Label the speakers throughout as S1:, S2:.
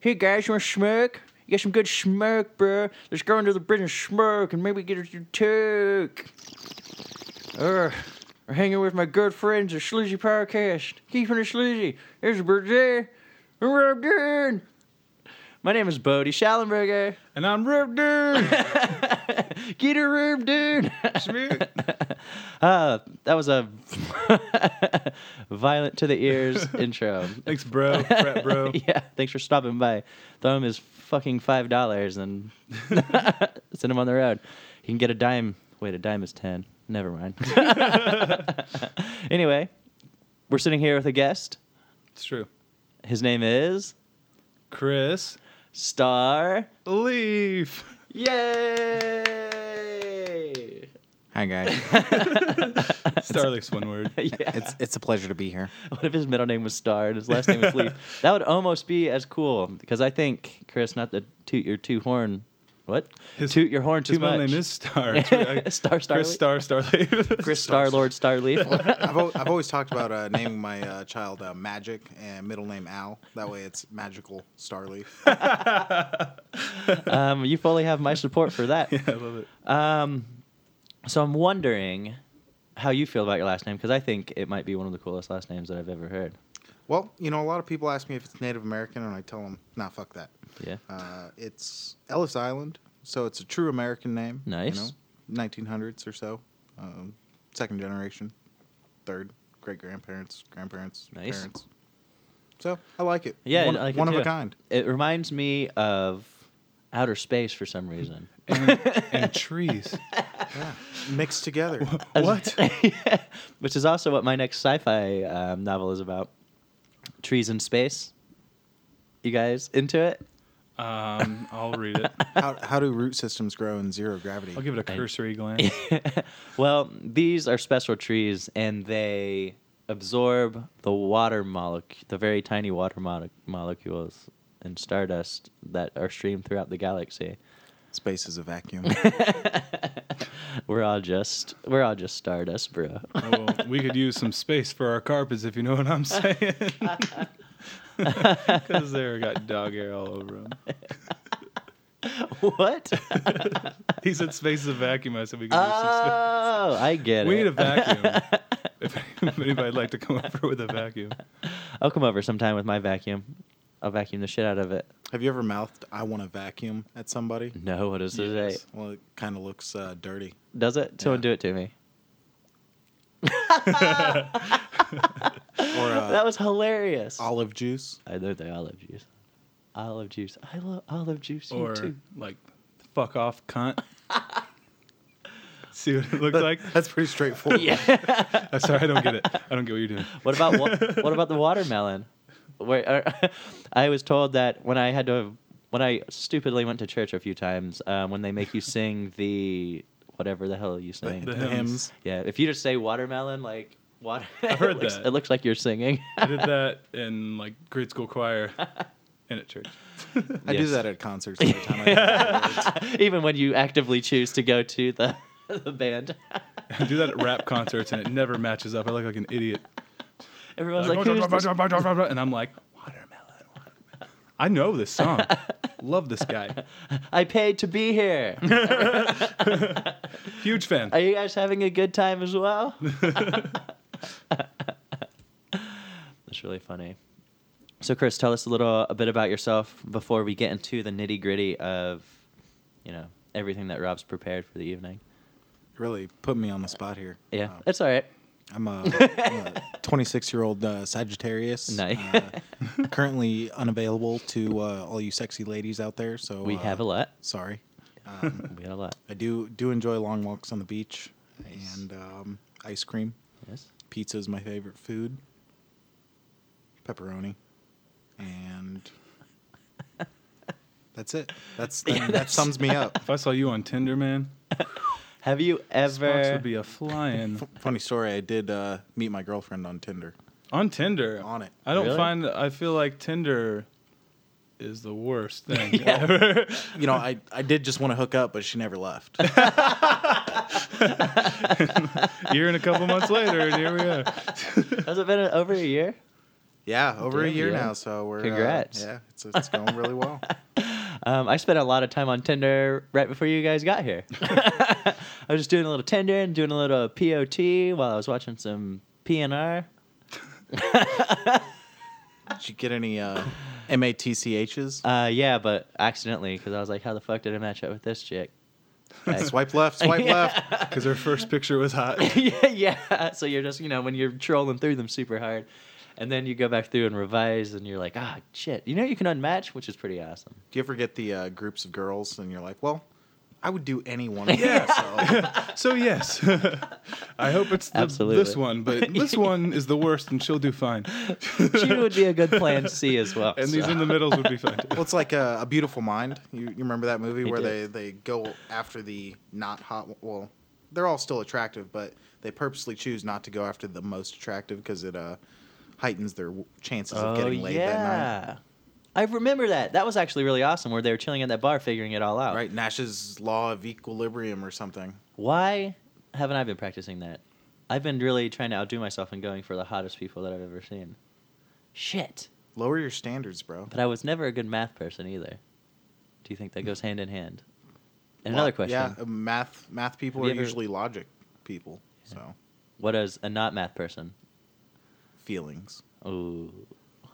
S1: Hey guys, you want to smoke? You got some good smoke, bro. Let's go under the bridge and smoke and maybe get a toke. Ugh. I'm hanging with my good friends at Sleazy Podcast. Keeping it sleazy. There's a birthday. I'm Rob Dean. My name is Bodie Schallenberger.
S2: And I'm Rip Dude.
S1: Get a room, dude.
S2: Schmidt.
S1: Uh, that was a violent to the ears intro.
S2: Thanks, bro. Frat, bro.
S1: yeah, thanks for stopping by. Throw him his fucking five dollars and send him on the road. He can get a dime. Wait, a dime is ten. Never mind. anyway, we're sitting here with a guest.
S2: It's true.
S1: His name is
S2: Chris
S1: Star.
S2: Leaf.
S1: Yay!
S3: Hi guys.
S2: Starlink's one word.
S1: yeah.
S3: It's it's a pleasure to be here.
S1: What if his middle name was Star and his last name was Leaf? That would almost be as cool because I think Chris, not to toot your two horn, what?
S2: His-
S1: toot your horn too
S2: His
S1: much.
S2: middle name is Star. It's right. I-
S1: Star Star
S2: Chris Star Star Leaf.
S1: Chris Star Lord Star Leaf.
S3: I've, al- I've always talked about uh, naming my uh, child uh, Magic and middle name Al. That way it's magical Starleaf.
S1: um, you fully have my support for that.
S2: I love it.
S1: Um, so I'm wondering how you feel about your last name because I think it might be one of the coolest last names that I've ever heard.
S3: Well, you know, a lot of people ask me if it's Native American, and I tell them, nah, fuck that.
S1: Yeah.
S3: Uh, it's Ellis Island, so it's a true American name.
S1: Nice.
S3: You know, 1900s or so, um, second generation, third great grandparents, grandparents,
S1: Nice.
S3: parents. So I like it.
S1: Yeah,
S3: one,
S1: I like it
S3: one of
S1: too.
S3: a kind.
S1: It reminds me of outer space for some reason.
S2: And, and trees.
S3: Yeah. Mixed together.
S2: What?
S1: Which is also what my next sci-fi um, novel is about. Trees in space. You guys into it?
S2: Um, I'll read it.
S3: how, how do root systems grow in zero gravity?
S2: I'll give it a cursory glance.
S1: Well, these are special trees, and they absorb the water molecule, the very tiny water mole- molecules in stardust that are streamed throughout the galaxy.
S3: Space is a vacuum.
S1: We're all just we're all just stardust, bro.
S2: Oh, well, we could use some space for our carpets if you know what I'm saying. Because they're got dog hair all over them.
S1: what?
S2: He said space is a vacuum. I said we could use some space.
S1: oh, I get
S2: We
S1: it.
S2: need a vacuum. if anybody'd like to come over with a vacuum,
S1: I'll come over sometime with my vacuum. I'll vacuum the shit out of it.
S3: Have you ever mouthed "I want a vacuum" at somebody?
S1: No, what does it
S2: Yes.
S1: say?
S3: Well, it kind of looks uh, dirty.
S1: Does it? Someone
S3: Yeah.
S1: do it to me.
S3: Or uh,
S1: that was hilarious.
S3: olive juice.
S1: I love the olive juice. Olive juice. I love olive juice. You
S2: or
S1: too.
S2: like, fuck off, cunt. See what it looked like?
S3: That's pretty straightforward.
S2: I'm sorry, I don't get it. I don't get what you're doing.
S1: What about wa- what about the watermelon? Wait, uh, I was told that when I had to when I stupidly went to church a few times, um, when they make you sing the whatever the hell you sing.
S2: The
S3: The
S2: hymns.
S3: hymns.
S1: yeah, if you just say watermelon, like water,
S2: I've heard
S1: it, looks,
S2: that.
S1: it looks like you're singing.
S2: I did that in like grade school choir and at church.
S3: I do
S1: Yes.
S3: that at concerts every time. I do that.
S1: Even when you actively choose to go to the the band,
S2: I do that at rap concerts and it never matches up. I look like an idiot.
S1: everyone's
S2: Like,
S1: like, "Who's this
S2: and I'm like, watermelon, watermelon. I know this song. Love this guy.
S1: I paid to be here.
S2: Huge fan.
S1: Are you guys having a good time as well? That's really funny. So, Chris, tell us a little a bit about yourself before we get into the nitty gritty of, you know, everything that Rob's prepared for the evening.
S3: really put me on the spot here.
S1: Yeah,
S3: Uh,
S1: it's all right.
S3: I'm a- I'm a 26 year old uh, Sagittarius.
S1: Nice.
S3: Uh, currently unavailable to uh, all you sexy ladies out there. So
S1: We
S3: uh,
S1: have a lot.
S3: Sorry.
S1: We had a lot.
S3: I do do enjoy long walks on the beach
S1: Nice.
S3: and um, ice cream.
S1: Yes.
S3: Pizza is my favorite food. Pepperoni, and that's it. That's that,
S1: Yeah,
S3: that
S1: that's-
S3: sums me up.
S2: If I saw you on Tinder, man,
S1: Have you
S2: Fox
S1: ever?
S2: would be a flying
S3: Funny story. I did uh, meet my girlfriend on Tinder.
S2: on Tinder.
S3: On it.
S2: I don't
S1: Really?
S2: find. I feel like Tinder is the worst thing
S1: Yeah.
S2: ever.
S3: You know, I I did just want to hook up, but she never left.
S2: Year and a couple months later, and here we are.
S1: Has it been over a year?
S3: Yeah, over a
S4: Damn,
S3: year
S4: yeah.
S3: now, so we're uh,
S1: Congrats.
S3: yeah, it's it's going really well.
S1: Um, I spent a lot of time on Tinder right before you guys got here. I was just doing a little Tinder and doing a little POT while I was watching some PNR.
S3: Did you get any uh, MATCHs?
S1: Uh, yeah, but accidentally because I was like, how the fuck did I match up with this chick? I-
S3: Swipe left, swipe
S1: Yeah.
S3: left.
S2: Because her first picture was hot.
S1: yeah, yeah. So you're just, you know, when you're trolling through them super hard, and then you go back through and revise, and you're like, ah, shit. You know, you can unmatch, which is pretty awesome.
S3: Do you ever get the uh, groups of girls and you're like, well, I would do any one of them.
S2: Yeah.
S3: so.
S2: So yes, I hope it's the,
S1: Absolutely.
S2: this one, but this one is the worst, and she'll do fine.
S1: She would be a good plan C as well.
S2: and these
S1: so.
S2: in the middles would be fine. Too.
S3: Well, it's like a, a Beautiful Mind. You, you remember that movie
S1: I
S3: where they,
S1: did.
S3: they go after the not hot? Well, they're all still attractive, but they purposely choose not to go after the most attractive because it uh, heightens their w- chances of
S1: Oh,
S3: getting laid that night.
S1: yeah. I remember that. That was actually really awesome where they were chilling at that bar figuring it all out.
S3: Right? Nash's Law of Equilibrium or something.
S1: Why haven't I been practicing that? I've been really trying to outdo myself and going for the hottest people that I've ever seen. Shit.
S3: Lower your standards, bro.
S1: But I was never a good math person either. Do you think that goes hand in hand? And
S3: Well,
S1: another question.
S3: Yeah, uh, math math people
S1: Have
S3: are
S1: you ever-
S3: usually logic people. So
S1: What is a not math person?
S3: feelings,
S1: Ooh.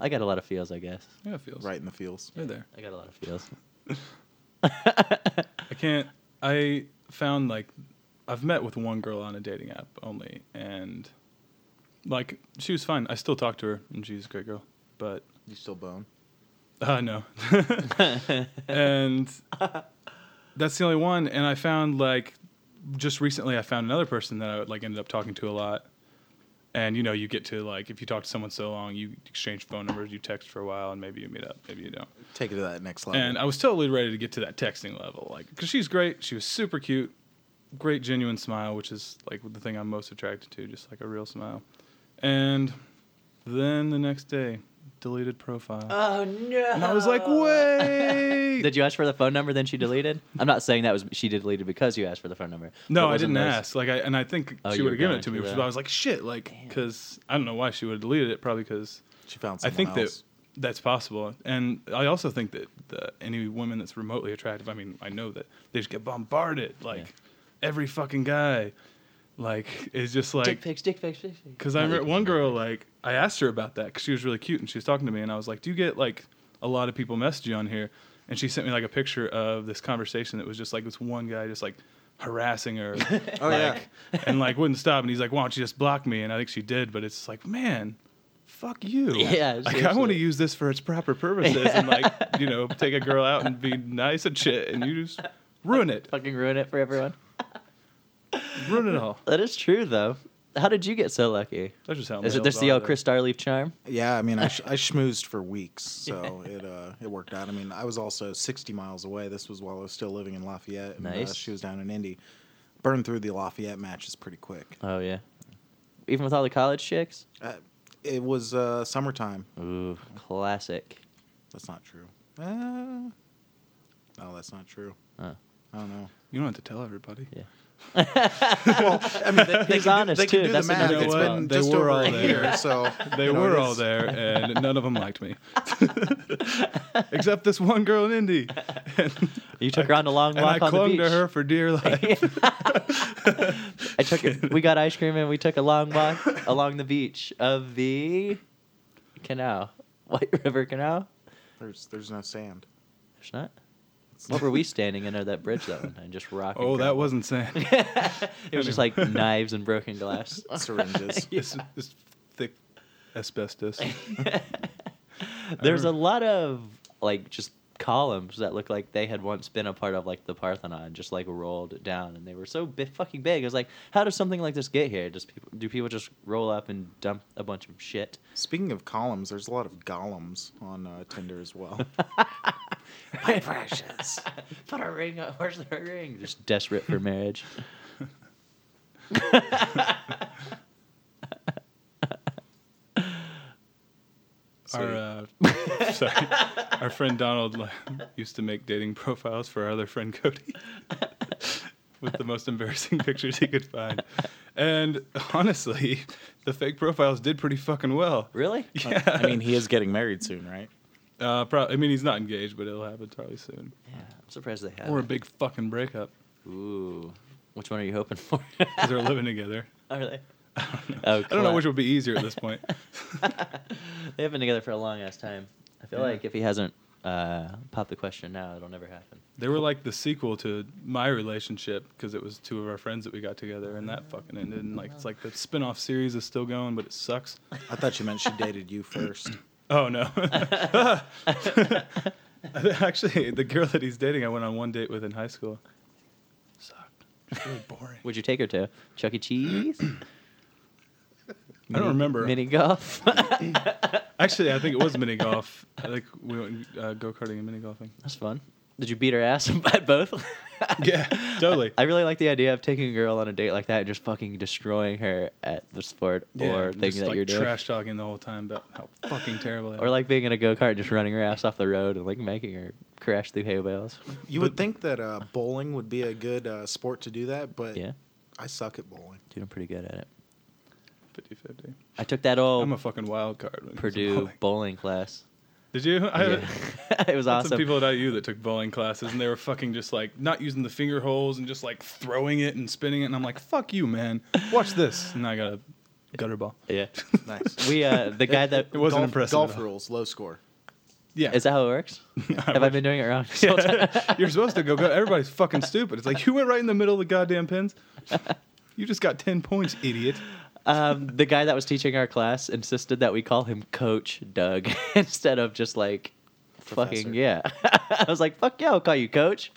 S1: I got a lot of feels, I guess.
S2: Yeah, it feels
S3: right in the feels.
S2: They're there.
S1: I got a lot of feels.
S2: I can't. I found like I've met with one girl on a dating app only, and like she was fine. I still talk to her, and she's a great girl. But
S3: You still bone?
S2: uh, no, and that's the only one. And I found like just recently, I found another person that I like ended up talking to a lot. And you know, you get to like if you talk to someone so long, you exchange phone numbers, you text for a while, and maybe you meet up, maybe you don't.
S3: Take it to that next level.
S2: And I was totally ready to get to that texting level, like, because she's great. She was super cute, great genuine smile, which is like the thing I'm most attracted to, just like a real smile. And then the next day, deleted profile,
S1: oh no.
S2: and I was like, wait.
S1: Did you ask for the phone number then she deleted? I'm not saying that was she deleted because you asked for the phone number.
S2: no,
S1: But
S2: I
S1: wasn't
S2: didn't
S1: those-
S2: ask. Like, I and I think
S1: Oh,
S2: she
S1: you
S2: would
S1: were
S2: have given
S1: going
S2: it
S1: to
S2: to me, which
S1: that.
S2: I was like, shit, like, because I don't know why she would have deleted it. Probably because
S3: she found.
S2: I
S3: Someone
S2: think
S3: else.
S2: that that's possible, and I also think that the, any woman that's remotely attractive, I mean, I know that they just get bombarded, like every fucking guy, like is just
S1: Dick
S2: like
S1: pics, dick pics, dick pics.
S2: because I remember one girl like I asked her about that because she was really cute and she was talking to me, and I was like, "Do you get like a lot of people message you on here?" And she sent me like a picture of this conversation that was just like this one guy just like harassing her,
S3: Oh yeah.
S2: and like wouldn't stop. And he's like, "Why don't you just block me?" And I think she did, but it's like, man, fuck you.
S1: Yeah,
S2: like, I want
S1: seriously.
S2: to use this for its proper purposes and like you know take a girl out and be nice and shit, and you just ruin it,
S1: Fucking ruin it for everyone.
S2: ruin it all.
S1: That is true though. How did you get so lucky?
S2: That's just how.
S1: Is it
S2: males
S1: this the
S2: are,
S1: old
S2: though.
S1: Chris Starleaf charm?
S3: Yeah, I mean, I, sh- I schmoozed for weeks, so it uh, it worked out. I mean, I was also 60 miles away. This was while I was still living in Lafayette. And,
S1: Nice.
S3: Uh, she was down in Indy. Burned through the Lafayette matches pretty quick.
S1: Oh yeah. Even with all the college chicks?
S3: Uh, it was uh, summertime.
S1: Ooh, classic.
S3: That's not true. Uh, no, that's not true.
S1: Huh.
S3: I don't know.
S2: You don't have to tell everybody.
S1: Yeah.
S3: Well, I mean, they,
S1: He's honest
S3: they
S1: too.
S3: can do
S1: That's
S3: the math.
S1: another
S2: You know
S1: good
S3: It's
S2: what?
S1: call.
S3: been
S2: They
S3: just
S2: were
S3: over
S2: all
S3: a
S2: there.
S3: year, so
S2: They
S3: you know,
S2: were
S3: it
S2: all
S3: is-
S2: there, and none of them liked me, except this one girl in Indy. And,
S1: You took her on a long
S2: and I
S1: walk on the
S2: clung
S1: beach.
S2: to her for dear life.
S1: I took it. We got ice cream and we took a long walk along the beach of the canal, White River Canal.
S3: There's there's no sand.
S1: There's not. What were we standing under that bridge that one time? Just rocking.
S2: oh, that wasn't sand.
S1: It was just like knives and broken glass.
S3: Syringes.
S2: It's, it's thick asbestos.
S1: There's a lot of like just columns that look like they had once been a part of like the Parthenon, just like rolled down, and they were so bi- fucking big. I was like, how does something like this get here? Does people do people just roll up and dump a bunch of shit?
S3: Speaking of columns, there's a lot of golems on uh, Tinder as well.
S1: My precious, put a ring on. Where's the ring? Just desperate for marriage.
S2: Our uh, sorry, our friend Donald like, used to make dating profiles for our other friend Cody with the most embarrassing pictures he could find, And honestly, the fake profiles did pretty fucking well.
S1: Really?
S2: Yeah.
S3: I mean, he is getting married soon, right?
S2: uh, pro- I mean, he's not engaged, but it'll happen probably soon.
S1: Yeah, I'm surprised they have.
S2: Or a big fucking breakup
S1: Ooh, which one are you hoping for? Oh,
S2: because they're living together.
S1: are they?
S2: I don't know which would be easier at this point.
S1: They've been together for a long ass time. I feel
S2: Yeah.
S1: like if he hasn't uh, popped the question now, it'll never happen.
S2: They were like the sequel to my relationship because it was two of our friends that we got together, and that fucking ended. And like, it's like the spin off series is still going, but it sucks.
S3: I thought you meant she dated you first.
S2: Oh no! Actually, the girl that he's dating, I went on one date with in high school. Sucked. It's really boring.
S1: Would you take her to Chuck E. Cheese?
S2: I don't remember.
S1: Mini golf?
S2: Actually, I think it was mini golf. I think we went uh, go karting and mini golfing.
S1: That's fun. Did you beat her ass at both?
S2: Yeah, totally.
S1: I really like the idea of taking a girl on a date like that and just fucking destroying her at the sport or
S2: just,
S1: thing that
S2: like,
S1: you're doing.
S2: trash talking the whole time about how fucking terrible. I am.
S1: Or like being in a go kart, just running her ass off the road and like making her crash through hay bales.
S3: You would think that uh, bowling would be a good uh, sport to do that, but
S1: Yeah,
S3: I suck at bowling.
S1: dude, I'm pretty good at it.
S2: 50-50.
S1: I took that old
S2: I'm a fucking wild card. when it comes to
S1: Purdue
S2: bowling.
S1: bowling class.
S2: Did you? I,
S1: Yeah. it was
S2: I had Some
S1: awesome.
S2: people at IU that took bowling classes and they were fucking just like not using the finger holes and just like throwing it and spinning it. And I'm like, fuck you, man. Watch this. And I got a gutter ball.
S1: Yeah,
S3: Nice.
S1: we uh, the guy that
S2: It wasn't
S3: golf,
S2: impressive
S3: Golf
S2: at all.
S3: rules, low score.
S2: Yeah.
S1: is that how it works? Have I been doing it wrong? this whole time?
S2: You're supposed to go, go. Everybody's fucking stupid. It's like, you went right in the middle of the goddamn pins. You just got 10 points, idiot.
S1: um, the guy that was teaching our class insisted that we call him Coach Doug instead of just like
S3: Professor.
S1: fucking yeah. I was like, fuck yeah, I'll call you Coach.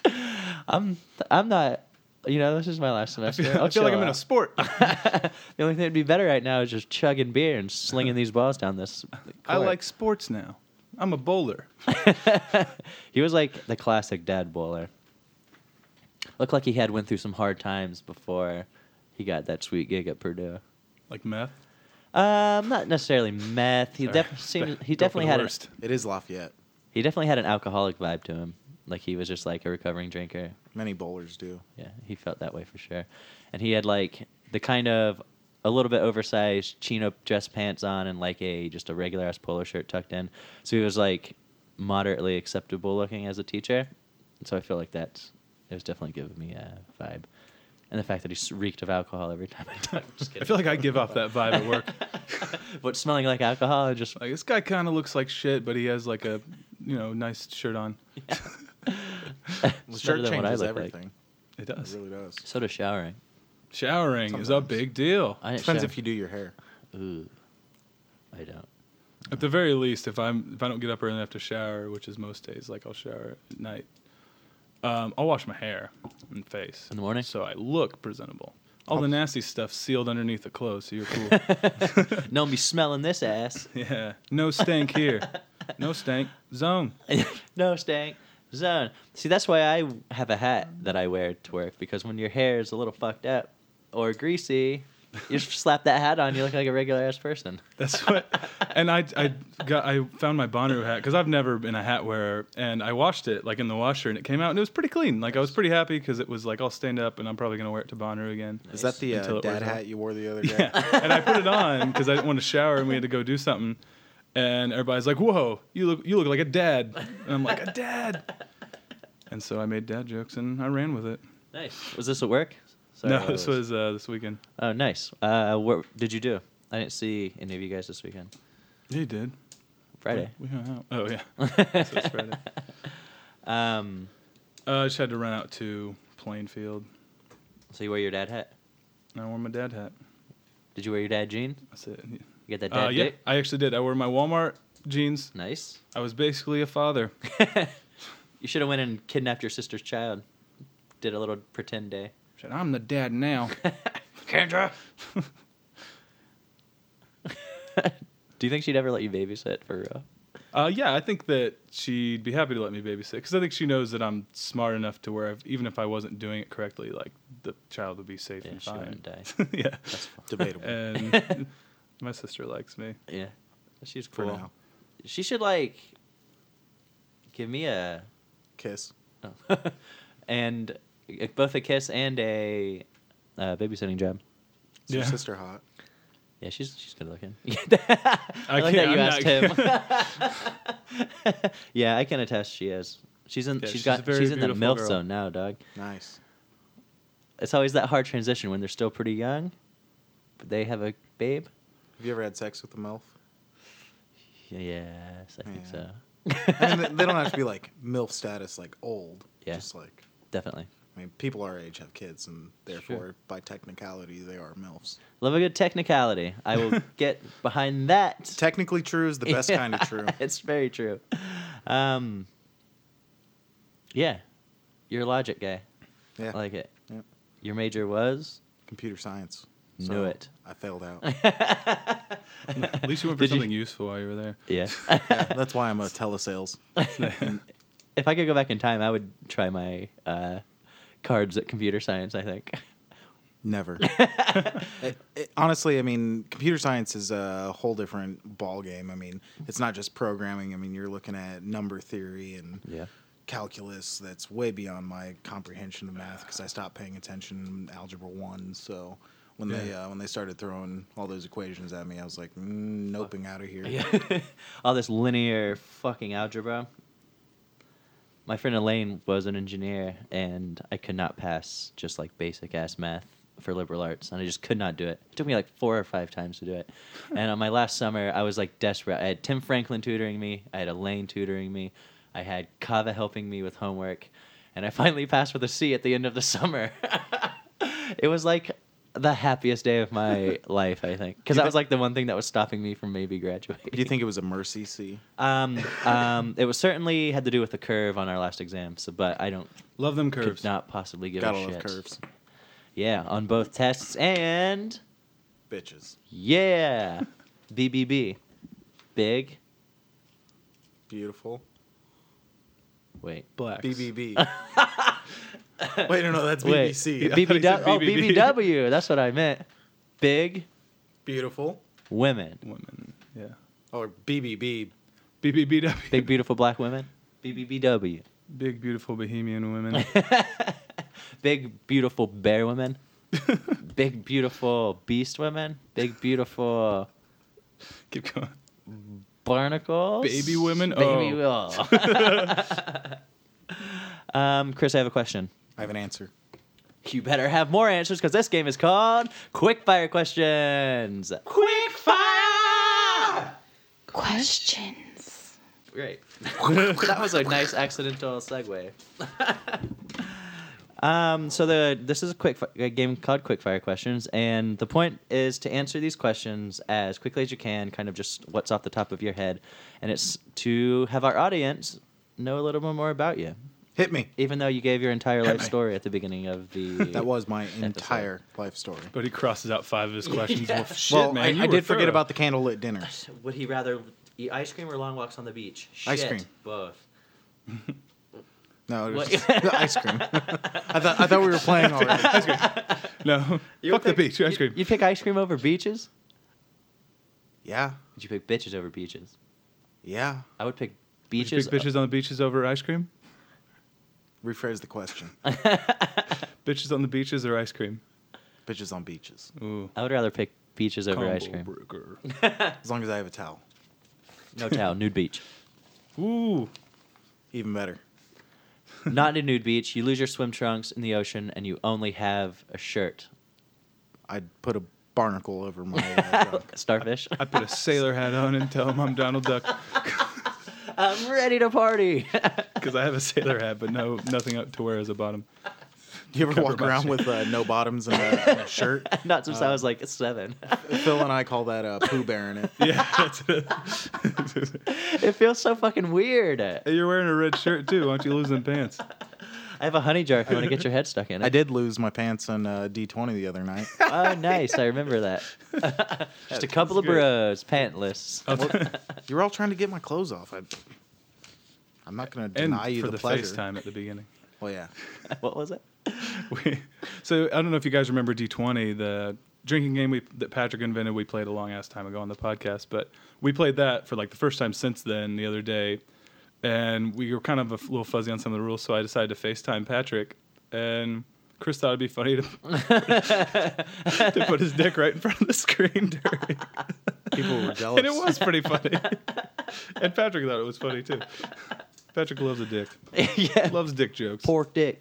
S1: I'm I'm not. You know, this is my last
S2: I
S1: semester.
S2: feel,
S1: I'll
S2: I feel like
S1: chill
S2: I'm in a
S1: out.
S2: sport.
S1: the only thing that'd be better right now is just chugging beer and slinging these balls down this.
S2: I
S1: court.
S2: like sports now. I'm a bowler.
S1: He was like the classic dad bowler. Looked like he had went through some hard times before he got that sweet gig at Purdue.
S2: Like meth.
S1: Um, not necessarily meth. He
S2: Sorry.
S1: definitely seemed, he
S2: Go for
S1: definitely
S2: the
S1: had an,
S2: worst.
S3: It is Lafayette.
S1: he definitely had an alcoholic vibe to him. Like he was just like a recovering drinker.
S3: Many bowlers do.
S1: Yeah, he felt that way for sure. And he had like the kind of a little bit oversized chino dress pants on and like a just a regular ass polo shirt tucked in. So he was like moderately acceptable looking as a teacher. And so I feel like that's it was definitely giving me a vibe. And the fact that he s- reeked of alcohol every time I talked. Just
S2: I
S1: kidding.
S2: feel like I give off that vibe at work.
S1: but smelling like alcohol and just
S2: Like this guy kind of looks like shit, but he has like a you know nice shirt on.
S3: The
S1: It's better
S3: shirt
S1: than what I
S3: changes
S1: look like.
S3: everything.
S2: It does.
S3: It really does.
S1: so does showering.
S2: Showering is a
S3: Sometimes.
S2: big deal.
S1: I didn't
S3: Depends
S1: shower.
S3: if you do your hair.
S1: Ooh, I don't.
S2: At the very least, if I'm if I don't get up early enough to shower, which is most days, like I'll shower at night. Um, I'll wash my hair and face
S1: In the morning? Oh.
S2: so I look presentable. All the nasty stuff sealed underneath the clothes, so you're cool.
S1: No, be smelling this ass.
S2: yeah, no stank here, no stank zone.
S1: no stank zone. See, that's why I have a hat that I wear to work because when your hair is a little fucked up or greasy, you just slap that hat on, you look like a regular ass person.
S2: That's what. And I, I got I found my Bonnaroo hat because I've never been a hat wearer, and I washed it like in the washer, and it came out and it was pretty clean. Like I was pretty happy because it was like all stained up, and I'm probably gonna wear it to Bonnaroo again.
S3: Is that the
S2: Until
S3: uh,
S2: it wears
S3: dad
S2: off.
S3: hat you wore the other day?
S2: Yeah. and I put it on because I didn't want to shower and we had to go do something. And everybody's like, "Whoa, you look you look like a dad." And I'm like, "A dad." And so I made dad jokes and I ran with it.
S1: Nice. Was this at work? Sorry,
S2: no,
S1: I
S2: this was uh, this weekend.
S1: Oh, nice. Uh, what did you do? I didn't see any of you guys this weekend.
S2: He did.
S1: Friday.
S2: We, we hung out. Oh yeah. so it's Friday.
S1: Um,
S2: Uh, I just had to run out to Plainfield.
S1: so you wear your dad hat?
S2: And I wore my dad hat.
S1: Did you wear your dad jean?
S2: That's it.
S1: You got that dad
S2: Uh, yeah,
S1: dick?
S2: I actually did. I wore my Walmart jeans.
S1: Nice.
S2: I was basically a father.
S1: You should have went and kidnapped your sister's child. Did a little pretend day.
S2: Said, I'm the dad now.
S4: Kendra.
S1: Do you think she'd ever let you babysit for real?
S2: Uh, yeah, I think that she'd be happy to let me babysit because I think she knows that I'm smart enough to where if, even if I wasn't doing it correctly, like the child would be safe
S1: Yeah,
S2: and
S1: she
S2: fine.
S1: wouldn't die.
S2: yeah,
S3: Debatable.
S2: and my sister likes me.
S1: Yeah. She's
S3: For
S1: cool.
S3: now.
S1: She should like give me a
S3: Kiss.
S1: no. and uh, both a kiss and a uh, babysitting job.
S3: Is your
S2: Yeah.
S3: sister hot?
S1: Yeah, she's she's good looking. I, like that
S2: can't-
S1: you
S2: I'm
S1: asked him. yeah, I can attest she is. She's in.
S2: Yeah,
S1: she's
S2: she's a
S1: got.
S2: very
S1: She's in the
S2: beautiful
S1: milf
S2: girl.
S1: zone now, dog.
S3: Nice.
S1: It's always that hard transition when they're still pretty young, but they have a babe.
S3: Have you ever had sex with a MILF?
S1: Yes, I think
S3: Yeah.
S1: so.
S3: I mean, they- they don't have to be like MILF status, like old.
S1: Yeah.
S3: Just like,
S1: Definitely
S3: I mean, people our age have kids, and therefore, by technicality, they are MILFs.
S1: love a good technicality. I will get behind that.
S3: Technically true is the best kind of true.
S1: it's very true. Um, yeah, you're a logic guy.
S3: Yeah.
S1: I like it.
S3: Yep.
S1: Your major was
S3: Computer science.
S1: Knew it.
S3: I failed out.
S2: At least you went
S1: Did
S2: for
S1: you-
S2: something useful while you were there.
S1: yeah.
S3: Yeah, that's why I'm a telesales.
S1: if I could go back in time, I would try my uh, cards at computer science. I think.
S3: Never. It- it- honestly, I mean, computer science is a whole different ball game. I mean, it's not just programming. I mean, you're looking at number theory and
S1: Yeah.
S3: calculus that's way beyond my comprehension of math because I stopped paying attention in algebra one. So when they uh, when they started throwing all those equations at me, I was like, mm, noping out of here.
S1: All this linear fucking algebra. My friend Elaine was an engineer, and I could not pass just like basic ass math for liberal arts, and I just could not do it. It took me like four or five times to do it. and on my last summer, I was like desperate. I had Tim Franklin tutoring me, I had Elaine tutoring me, I had Kava helping me with homework, and I finally passed with a C at the end of the summer. it was like the happiest day of my life, I think, because that was like the one thing that was stopping me from maybe graduating.
S3: Do you think it was a mercy see?
S1: Um, um, it was certainly had to do with the curve on our last exam. So, but I don't
S2: Love them
S1: could
S2: curves.
S1: not possibly give
S3: Gotta
S1: a
S3: love
S1: shit.
S3: curves,
S1: Yeah, on both tests and
S3: bitches.
S1: yeah, BBB, big.
S3: Beautiful.
S1: Wait,
S2: Blacks.
S3: BBB. Wait, no, no, that's
S1: wait,
S3: BBC.
S1: BBW.
S2: I thought
S1: Oh,
S2: you said BBB.
S1: BBW. That's what I meant. Big
S3: Uh, Beautiful. Oh,
S1: women,
S2: Women. Yeah.
S3: Or BBB.
S2: BBBW.
S1: big
S2: Big,
S1: beautiful black women. BBBW,
S2: beautiful bohemian women.
S1: big beautiful bear women. Big beautiful beast women. Big beautiful
S2: Keep going.
S1: barnacles.
S2: Baby women? Oh.
S1: Baby will. um, Chris, I have a question.
S3: I have an answer.
S1: You better have more answers because this game is called Quick Fire Questions. Quick Fire!
S5: Questions.
S1: Great. that was a nice accidental segue. um, so the this is a quick fi- a game called Quick Fire Questions, and the point is to answer these questions as quickly as you can, kind of just what's off the top of your head, and it's to have our audience know a little bit more about you,
S3: Hit me.
S1: even though you gave your entire life story at the beginning of the.
S3: That was my entire life story.
S2: But he crosses out five of his questions. Well, shit,
S3: well,
S2: man.
S3: I,
S2: you
S3: I
S2: were
S3: did forget
S2: thorough.
S3: about the candlelit dinners.
S1: Would he rather eat ice cream or long walks on the beach?
S3: Ice Shit, cream.
S1: Both.
S3: No, it
S1: What-
S3: was just the ice cream. I thought I thought we were playing already.
S2: No. Fuck the beach. Ice cream.
S1: You pick ice cream over beaches?
S3: Yeah,
S1: Would you pick bitches over beaches?
S3: yeah.
S1: I would pick
S2: Would you
S1: beaches. uh,
S2: pick bitches on the beaches over ice cream?
S3: Rephrase the question.
S2: Bitches on the beaches or ice cream?
S3: Bitches on beaches.
S2: Ooh.
S1: I would rather pick beaches over ice
S2: combo
S1: cream.
S2: burger.
S3: As long as I have a towel,
S1: No towel, nude beach.
S2: Ooh.
S3: even better.
S1: Not a nude beach. You lose your swim trunks in the ocean, and you only have a shirt.
S3: I'd put a barnacle over my. Uh, junk.
S1: Starfish.
S2: I put a sailor hat on and tell him I'm Donald Duck
S1: I'm ready to party.
S2: because I have a sailor hat, but no, nothing up to wear as a bottom.
S3: you ever
S2: Cover
S3: walk
S2: my
S3: around
S2: shit.
S3: with uh, no bottoms and a, and a shirt?
S1: Not since I was like seven.
S3: Phil and I call that uh, poo bearing it.
S2: Yeah, that's it.
S1: it feels so fucking weird. I
S2: Hey, you're wearing a red shirt too. Why don't you lose them pants?
S1: have a honey jar if you want to get your head stuck in it.
S3: I did lose my pants on uh, D20 the other night.
S1: Oh, nice. I remember that. Just a couple of
S2: good.
S1: bros, pantless.
S3: you were all trying to get my clothes off. I, I'm not going to
S2: And
S3: deny you
S2: for
S3: the,
S2: the,
S3: pleasure.
S2: FaceTime at the beginning.
S3: Well, yeah.
S1: What was it?
S2: We- so I don't know if you guys remember D20, the drinking game we, that Patrick invented. We played a long ass time ago on the podcast, but we played that for like the first time since then the other day, and we were kind of a f- little fuzzy on some of the rules. So I decided to FaceTime Patrick, and Chris thought it'd be funny to, to put his dick right in front of the screen during.
S3: People were jealous.
S2: and it was pretty funny. and Patrick thought it was funny too. Patrick loves a dick.
S1: yeah.
S2: Loves dick jokes.
S1: Pork dick.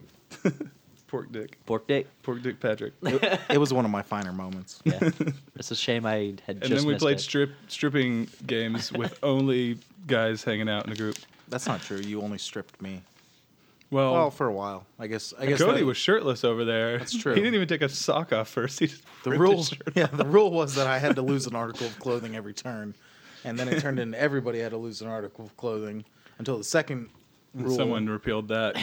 S2: Pork dick.
S1: Pork dick.
S2: Pork dick Patrick.
S3: It was one of my finer moments.
S1: Yeah. it's a shame I had
S2: And
S1: just
S2: then we
S1: missed
S2: played
S1: it.
S2: strip stripping games with only guys hanging out in a group.
S3: That's not true. You only stripped me.
S2: Well,
S3: Well, for a while, I guess. I guess
S2: Cody
S3: that-
S2: was shirtless over there.
S3: That's true.
S2: He didn't even take a sock off first. He just
S3: the
S2: ripped his
S3: rules.
S2: shirt.
S3: Yeah, the rule was that I had to lose an article of clothing every turn, and then it turned into everybody had to lose an article of clothing until the second rule.
S2: Someone repealed that.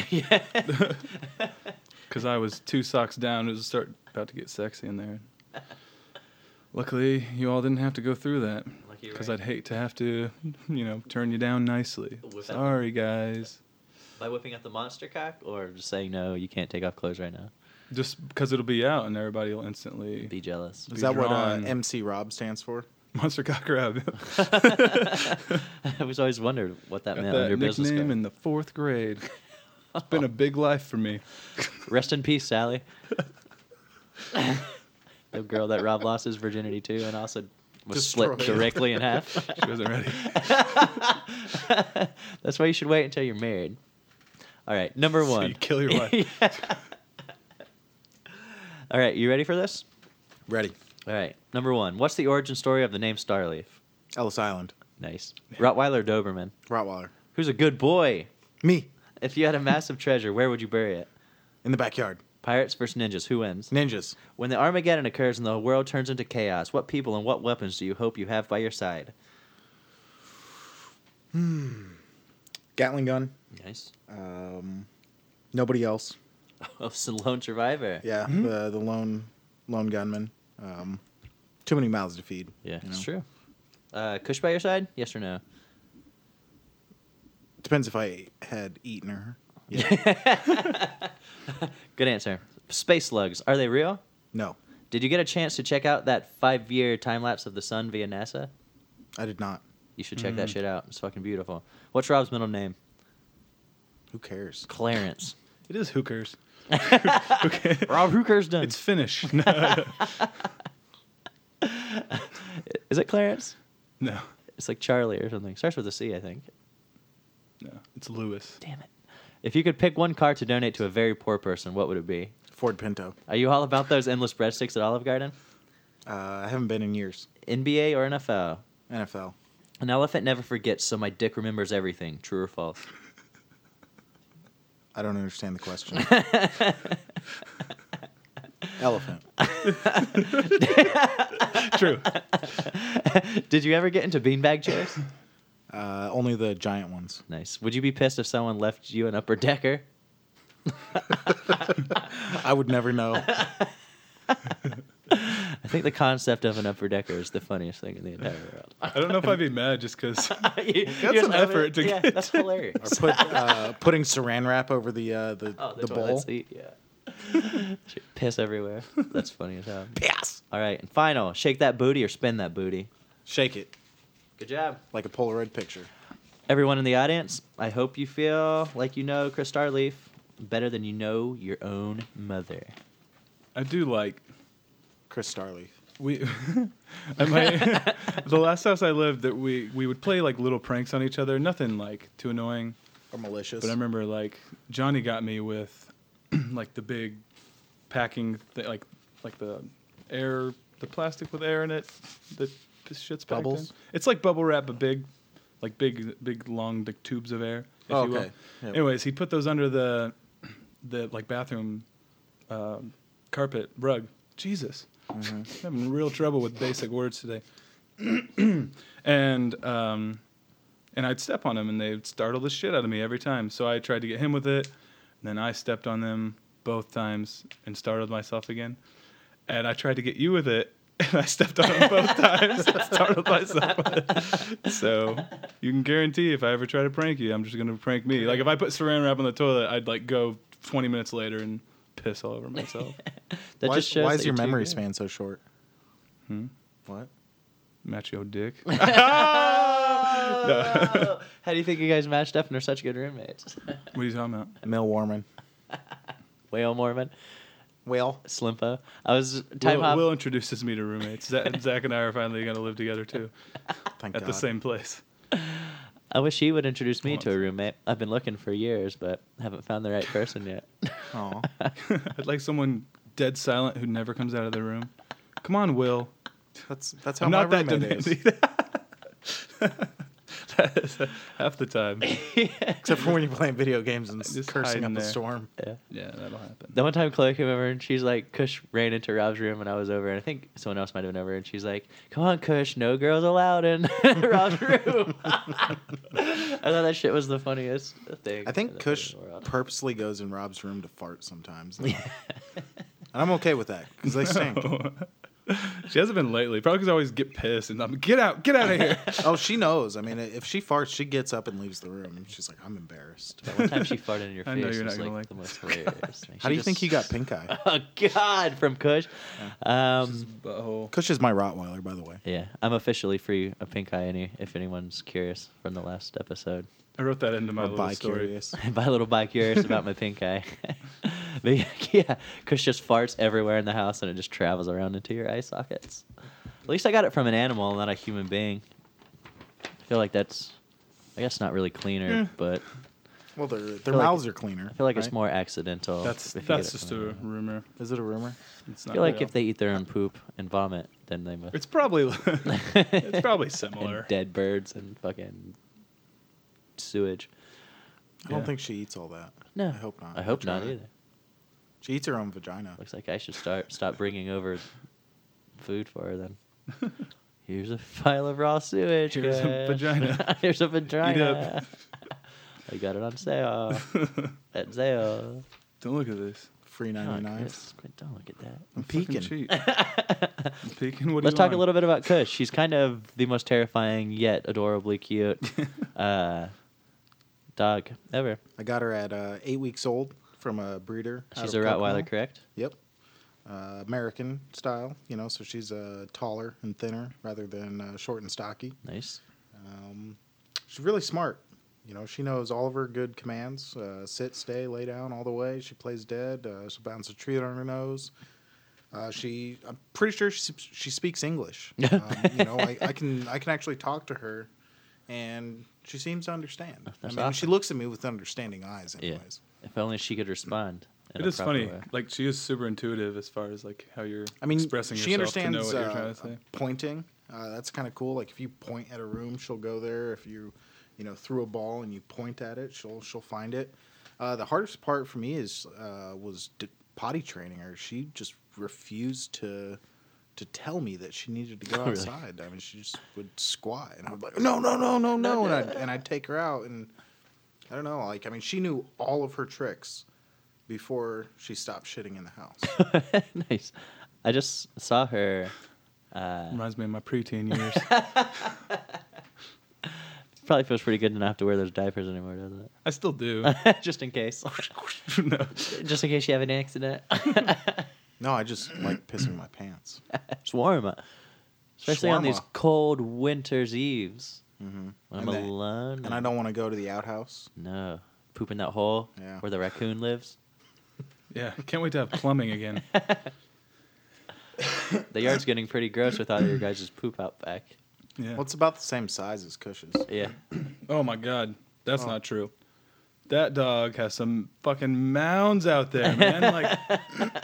S2: Because I was two socks down. It was start about to get sexy in there. Luckily, you all didn't have to go through that.
S1: Lucky,
S2: Because
S1: right?
S2: I'd hate to have to, you know, turn you down nicely.
S1: Whip out.
S2: Sorry, guys.
S1: By whipping out the monster cock or just saying, no, you can't take off clothes right now.
S2: Just because it'll be out and everybody will instantly
S1: Be jealous.
S3: is that what uh,
S2: drawn.
S3: MC Rob stands for?
S2: monster cock rub. Got
S1: I was always wondered what that meant on
S2: that
S1: your business
S2: nickname
S1: card.
S2: in the fourth grade. It's been a big life for me.
S1: Rest in peace, Sally. the girl that Rob lost his virginity to and also was split
S3: Destroyed.
S1: directly in half.
S2: She wasn't ready.
S1: That's why you should wait until you're married. All right, number
S2: So
S1: one.
S2: you kill your wife.
S1: All right, you ready for this?
S3: Ready.
S1: All right, number one. What's the origin story of the name Starleaf?
S3: Ellis Island.
S1: Nice. Rottweiler or Doberman.
S3: Rottweiler.
S1: Who's a good boy?
S3: Me
S1: If you had a massive treasure, where would you bury it?
S3: in the backyard.
S1: Pirates versus ninjas. Who wins?
S3: Ninjas.
S1: When the Armageddon occurs and the world turns into chaos, what people and what weapons do you hope you have by your side?
S3: Gatling gun.
S1: Nice.
S3: Um, nobody else.
S1: Oh, so lone survivor.
S3: Yeah, the the lone lone gunman. Um, too many mouths to feed.
S1: Yeah,
S3: you
S1: it's
S3: know?
S1: true. Uh, Kush by your side? Yes or no?
S3: Depends if I had eaten her.
S1: Good answer. Space slugs. Are they real?
S3: No,
S1: Did you get a chance to check out that five year time lapse of the sun via NASA?
S3: I did not.
S1: You should check that shit out. It's fucking beautiful. What's Rob's middle name?
S3: Who cares?
S1: Clarence.
S2: It is hookers.
S1: Rob Hooker's done.
S2: It's Finnish. No,
S1: Is it Clarence?
S2: no,
S1: It's like Charlie or something. Starts with a C, I think.
S2: no. It's Lewis.
S1: Damn it. If you could pick one car to donate to a very poor person, what would it be?
S3: Ford Pinto.
S1: Are you all about those endless breadsticks at Olive Garden?
S3: Uh, I haven't been in years.
S1: NBA or NFL?
S3: NFL.
S1: An elephant never forgets, so my dick remembers everything. True or false?
S3: I don't understand the question. Elephant.
S2: True.
S1: Did you ever get into beanbag chairs?
S3: Uh, only the giant ones.
S1: nice. Would you be pissed if someone left you an upper decker?
S3: I would never know.
S1: I think the concept of an upper decker is the funniest thing in the entire world.
S2: I don't know if I'd be mad just because
S1: You-
S2: That's
S1: you
S2: an
S1: love
S2: effort
S1: it?
S2: to
S1: yeah,
S2: get
S1: that's hilarious.
S3: Or put, uh, putting saran wrap over the uh, the,
S1: Oh, the,
S3: the,
S1: toilet
S3: bowl.
S1: seat, yeah. Shit, Piss everywhere. That's funny as hell.
S3: Yes.
S1: All right, and final, shake that booty or spin that booty.
S3: Shake it
S1: Good job.
S3: like a Polaroid picture.
S1: Everyone in the audience, I hope you feel like you know Chris Starleaf better than you know your own mother.
S2: I do like
S3: Chris Starleaf.
S2: we. at my, the last house I lived, that we we would play like little pranks on each other. Nothing like too annoying.
S3: Or malicious.
S2: But I remember like Johnny got me with like the big packing th- like like the air the plastic with air in it that p- shit's packed in.
S3: Bubbles?
S2: It's like bubble wrap but big like big big long like tubes of air. If
S3: Oh,
S2: you will.
S3: okay. Yeah.
S2: Anyways, he put those under the the like bathroom um, carpet rug. Jesus, I'm
S3: Mm-hmm.
S2: having real trouble with basic words today. and um, and I'd step on them, and they'd startle the shit out of me every time. So I tried to get him with it, and then I stepped on them both times and startled myself again. And I tried to get you with it, and I stepped on them both times and startled myself. with it. So you can guarantee if I ever try to prank you, I'm just gonna prank me. Like if I put saran wrap on the toilet, I'd like go 20 minutes later and piss all over myself.
S1: That
S3: why
S1: just shows
S3: why
S1: that
S3: is your
S1: you're too
S3: memory
S1: good.
S3: span so short? Hmm? What?
S2: Match your dick.
S1: Oh! How do you think you guys matched up and are such good roommates?
S2: What are you talking about?
S3: Mel Warman.
S1: Whale Mormon.
S3: Whale.
S1: Slimpo. I was time
S2: Will,
S1: hop.
S2: Will introduces me to roommates. Zach, Zach and I are finally going to live together too,
S3: Thank
S2: at
S3: God.
S2: the same place.
S1: I wish he would introduce me to a
S2: Once.
S1: roommate. I've been looking for years, but haven't found the right person yet.
S3: Aw.
S2: I'd like someone dead silent who never comes out of their room. Come on, Will.
S3: That's that's how
S2: I'm
S3: my
S2: not that
S3: roommate is.
S2: demanding. Half the time.
S3: Except for when you're playing video games and
S2: Just hide
S3: cursing
S2: in
S3: up a
S2: there.
S3: storm.
S1: yeah.
S2: Yeah, that'll happen.
S1: The one time Chloe came over and she's like, Kush ran into Rob's room and I was over, and I think someone else might have been over, and she's like, Come on, Kush, no girls allowed in Rob's room. I thought that shit was the funniest thing.
S3: I
S1: in
S3: think
S1: the
S3: Kush
S1: fucking world.
S3: purposely goes in Rob's room to fart sometimes. though. and I'm okay with that because they stink.
S2: she hasn't been lately. Probably because I always get pissed and I'm get out, get out of here.
S3: Oh, she knows. I mean, if she farts, she gets up and leaves the room. She's like, I'm embarrassed.
S1: That one time she farted in your face.
S2: I know you're
S1: was,
S2: not gonna
S1: like,
S2: like
S1: the
S2: this.
S1: most hilarious thing.
S3: How do you think you got pink eye?
S1: Oh, God, from Kush. Um,
S2: Butthole.
S3: Kush is my Rottweiler, by the way.
S1: yeah, I'm officially free of pink eye any, if anyone's curious from the last episode.
S2: I wrote that into my
S3: Or
S2: little story.
S3: bi-curious.
S1: by a little bi curious about my pink eye. but yeah, Kush just farts everywhere in the house and it just travels around into your eye sockets. At least I got it from an animal, not a human being. I feel like that's, I guess, not really cleaner, but
S3: Well, their, their
S1: like-
S3: mouths are cleaner.
S1: I feel like it's
S3: right?
S1: more accidental.
S2: That's
S1: if you
S2: that's
S1: get it
S2: just a
S1: from an animal.
S2: rumor.
S3: Is it a rumor?
S2: It's
S1: I
S2: not
S1: feel like
S2: real.
S1: if they eat their own poop and vomit, then they must.
S2: it's probably it's probably similar.
S1: and dead birds and fucking sewage.
S3: I don't
S2: Yeah.
S3: think she eats all that.
S1: No,
S3: I hope not.
S1: I hope
S3: Try
S1: not
S3: it.
S1: either.
S3: She eats her own vagina.
S1: Looks like I should start stop bringing over food for her then. Here's a file of raw sewage.
S2: Here's a
S1: guys.
S2: vagina.
S1: Here's a
S2: Eat
S1: vagina.
S2: up.
S1: I got it on sale. At sale.
S2: Don't look at this.
S3: Free
S1: Come on,
S3: 99.
S1: Chris. Quit- Don't look at that.
S3: I'm
S2: Fucking
S3: peeking.
S2: cheap. I'm peeking. What do
S1: Let's
S2: you
S1: talk a
S2: want?
S1: little bit about Kush. She's kind of the most terrifying yet adorably cute uh, dog ever.
S3: I got her at uh, eight weeks old from a breeder. out
S1: She's a
S3: of
S1: Rottweiler,
S3: Pocono.
S1: correct?
S3: Yep. Uh, American style, you know, so she's uh, taller and thinner rather than uh, short and stocky.
S1: Nice.
S3: Um, she's really smart. You know, she knows all of her good commands uh, sit, stay, lay down, all the way. She plays dead. Uh, she'll bounce a tree on her nose. Uh, she, I'm pretty sure she, s- she speaks English. Um, you know, I, I can I can actually talk to her, and she seems to understand. I
S1: That's
S3: mean, she
S1: awesome.
S3: looks at me with understanding eyes,
S1: Yeah.
S3: anyways.
S1: If only she could respond. in
S2: It
S1: a
S2: is
S1: proper
S2: funny.
S1: way.
S2: Like she is super intuitive as far as like how you're
S3: I mean,
S2: expressing
S3: she
S2: yourself to know
S3: understands
S2: what you're trying
S3: uh,
S2: to say.
S3: pointing. Uh, that's kind of cool. Like if you point at a room, she'll go there. If you, you know, threw a ball and you point at it, she'll she'll find it. Uh, the hardest part for me is uh, was d- potty training her. She just refused to to tell me that she needed to go
S1: Really?
S3: outside. I mean, she just would squat, and I'd be like, no, no, no, no, no, and I'd, and I'd take her out, and I don't know. Like I mean, she knew all of her tricks before she stopped shitting in the house.
S1: nice. I just saw her uh,
S2: Reminds me of my preteen years.
S1: Probably feels pretty good to not have to wear those diapers anymore, doesn't
S2: I still do.
S1: it? just in case.
S2: no.
S1: just in case you have an accident.
S3: No, I just like pissing my pants.
S1: it's warm. uh, Especially on these
S3: Shawarma. Mm-hmm.
S1: cold winter's eves. When I'm
S3: And they-
S1: alone.
S3: And I don't want to go to the outhouse.
S1: No. Poop in that hole
S3: Yeah.
S1: where the raccoon lives.
S2: Yeah, can't wait to have plumbing again.
S1: The yard's getting pretty gross with all your guys' poop out back.
S2: Yeah.
S3: Well, it's about the same size as Cush's.
S1: Yeah.
S2: Oh my god, that's
S3: Oh.
S2: not true. That dog has some fucking mounds out there, man. Like, I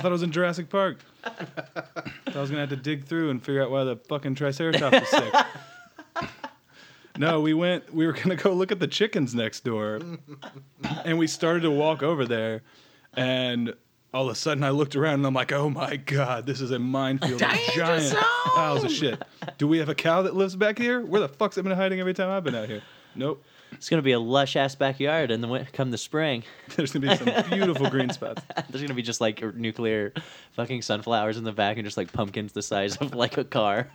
S2: thought I was in Jurassic Park. Thought I was gonna have to dig through and figure out why the fucking Triceratops is sick. No, we went. We were gonna go look at the chickens next door, and we started to walk over there, and all of a sudden I looked around and I'm like, "Oh my god, this is a minefield of giant piles of shit." Do we have a cow that lives back here? Where the fuck's it been hiding every time I've been out here? Nope.
S1: It's going to be a lush ass backyard and then when, come the spring.
S2: There's gonna be some beautiful green spots.
S1: There's going to be just like nuclear fucking sunflowers in the back and just like pumpkins the size of like a car.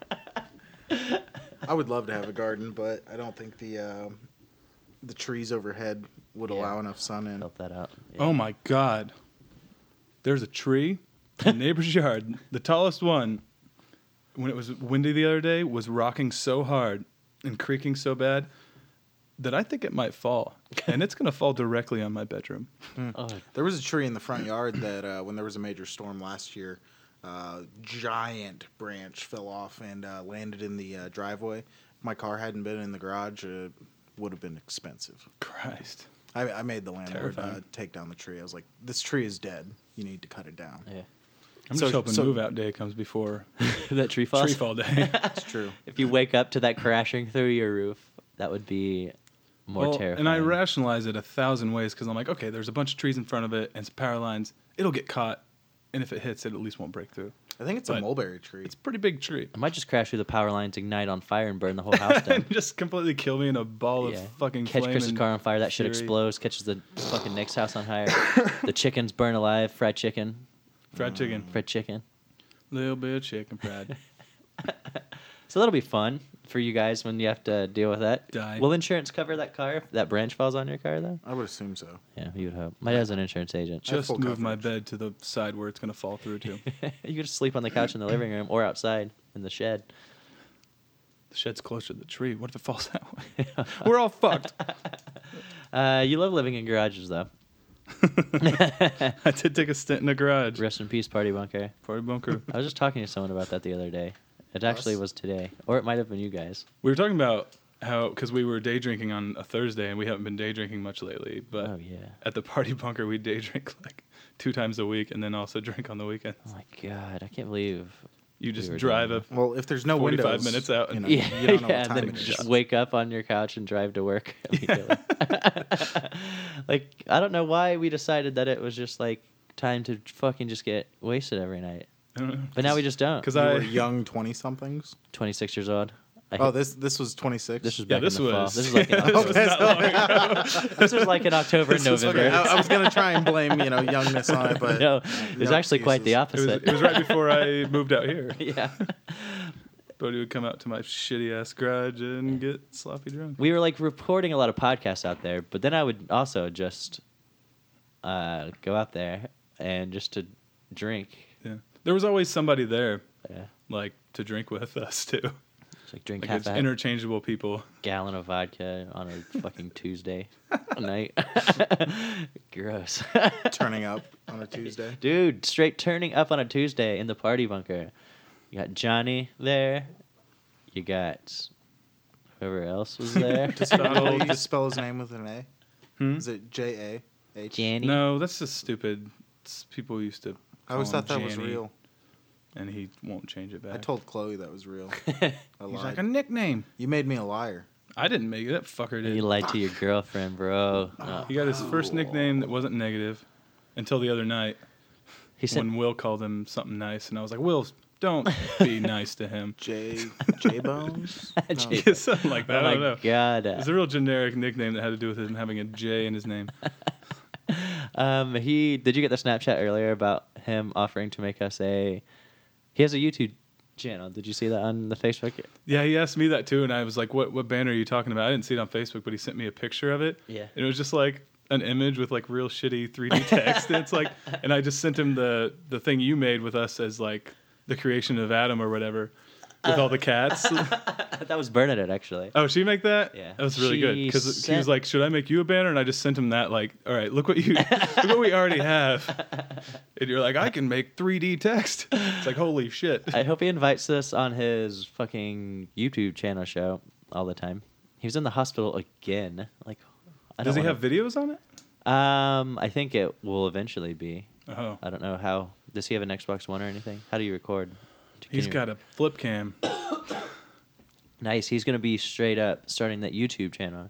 S3: I would love to have a garden, but I don't think the uh, the trees overhead would
S1: Yeah.
S3: allow enough sun in.
S1: Help that out. Yeah.
S2: Oh my god. There's a tree in the neighbor's yard. The tallest one, when it was windy the other day, was rocking so hard and creaking so bad that I think it might fall, and it's gonna fall directly on my bedroom.
S3: There was a tree in the front yard that uh, when there was a major storm last year, uh, giant branch fell off and uh, landed in the uh, driveway. If my car hadn't been in the garage, it would have been expensive.
S2: Christ.
S3: I, I made the landlord uh,
S2: Terrifying.
S3: take down the tree. I was like, "This tree is dead. You need to cut it down."
S1: Yeah.
S2: I'm
S3: So-
S2: just hoping
S3: so-
S2: move out day comes before
S1: that tree falls.
S2: tree fall day.
S3: It's true.
S1: If you wake up to that crashing through your roof, that would be more
S2: Well,
S1: terrifying.
S2: And I rationalize it a thousand ways because I'm like, okay, there's a bunch of trees in front of it and some power lines. It'll get caught, and if it hits, it at least won't break through.
S3: I think it's a
S2: But-
S3: mulberry tree.
S2: It's a pretty big tree.
S1: I might just crash through the power lines, ignite on fire, and burn the whole house down.
S2: and just completely kill me in a ball
S1: Yeah.
S2: of fucking
S1: catch
S2: flame
S1: Chris's
S2: and
S1: car on fire. That shit
S2: fury.
S1: explodes. Catches the fucking next house on fire. the chickens burn alive. Fried chicken.
S2: Fried chicken.
S1: Fried chicken.
S2: Little bit of chicken fried.
S1: So that'll be fun for you guys when you have to deal with that.
S2: Die.
S1: Will insurance cover that car if that branch falls on your car though?
S3: I would assume so.
S1: Yeah, you would hope. My dad's an insurance agent.
S2: just
S3: full
S2: move my
S3: coverage.
S2: bed to the side where it's going to fall through to.
S1: you could just sleep on the couch in the living room or outside in the shed.
S2: the shed's closer to the tree. What if it falls that way? We're all fucked.
S1: Uh, you love living in garages though.
S2: I did take a stint in the garage.
S1: Rest in peace, party bunker.
S2: Party bunker.
S1: I was just talking to someone about that the other day. It actually
S3: Us?
S1: was today, or it might have been you guys.
S2: We were talking about how because we were day drinking on a Thursday and we haven't been day drinking much lately. But
S1: Oh, yeah.
S2: at the party bunker we day drink like two times a week and then also drink on the weekends.
S1: Oh my god, I can't believe.
S2: You
S1: we
S2: just
S1: were doing
S2: drive
S1: that.
S2: up.
S3: Well, if there's no
S2: 45
S3: windows,
S2: minutes out.
S3: you, know,
S1: Yeah,
S3: you don't know
S1: yeah, and
S3: what time
S1: then
S3: it is.
S1: just wake up on your couch and drive to work. immediately. like I don't know why we decided that it was just like time to fucking just get wasted every night, but now we just don't.
S2: because
S3: You
S2: I
S3: were young twenty somethings.
S1: 26 years old. I
S3: Oh,
S1: hit-
S3: this this was twenty six.
S1: this was
S2: yeah
S1: back
S2: this
S1: in the fall.
S2: was
S1: This is like in,
S2: this was
S1: October.
S2: not long ago.
S1: this was like in October, and November.
S3: Okay, I, I was gonna try and blame you know youngness on it, but
S1: no, it was
S3: no
S1: actually quite the
S2: It was,
S1: opposite.
S2: it was right before I moved out here.
S1: yeah.
S2: Brody would come out to my shitty ass garage and get sloppy drunk.
S1: we were like recording a lot of podcasts out there, but then I would also just uh, go out there and just to drink.
S2: Yeah, there was always somebody there,
S1: Yeah.
S2: like to drink with us too.
S1: Just, like drink
S2: Like
S1: half
S2: it's
S1: a
S2: interchangeable people.
S1: gallon of vodka on a fucking Tuesday night. Gross.
S3: turning up on a Tuesday.
S1: Dude, straight turning up on a Tuesday in the party bunker. You got Johnny there. You got whoever else was there.
S3: How do
S2: Donald,
S3: you spell his name with an A?
S2: Hmm?
S3: Is it J A H?
S1: Janny.
S2: no, that's just stupid. It's people used to.
S3: I always
S2: call
S3: thought
S2: him
S3: that was
S2: Janny,
S3: real.
S2: and he won't change it back.
S3: I told Chloe that was real. I
S2: He's
S3: lied.
S2: like a nickname.
S3: you made me a liar.
S2: I didn't make it. That fucker did.
S1: You lied to your girlfriend, bro. No.
S2: He got his first nickname that wasn't negative until the other night
S1: He said
S2: when Will called him something nice, and I was like, Will, don't be nice to him.
S3: J J Bones.
S1: J-
S2: something like
S1: Oh
S2: that. I
S1: my
S2: don't know.
S1: god.
S2: It's a real generic nickname that had to do with him having a J in his name.
S1: Um, he did you get the Snapchat earlier about him offering to make us a? He has a YouTube channel. Did you see that on the Facebook?
S2: Yeah, he asked me that too, and I was like, "What what banner are you talking about?" I didn't see it on Facebook, but he sent me a picture of it.
S1: Yeah.
S2: and it was just like an image with like real shitty 3D text. and it's like, and I just sent him the the thing you made with us as like the creation of Adam or whatever, with all the
S1: Uh.
S2: cats.
S1: that was Bernadette actually.
S2: oh, she make that?
S1: Yeah.
S2: that was really good
S1: She
S2: because he
S1: sent-
S2: was like, "Should I make you a banner?" And I just sent him that like, "All right, look what you look what we already have," and you're like, "I can make 3D text." It's like, holy shit.
S1: I hope he invites us on his fucking YouTube channel show all the time. He was in the hospital again. Like, I don't
S2: Does he have
S1: wanna-
S2: videos on it?
S1: Um, I think it will eventually be.
S2: Oh,
S1: I don't know how. Does he have an Xbox One or anything? How do you record? Can
S2: he's
S1: you-
S2: got a flip cam.
S1: nice. He's gonna be straight up starting that YouTube channel.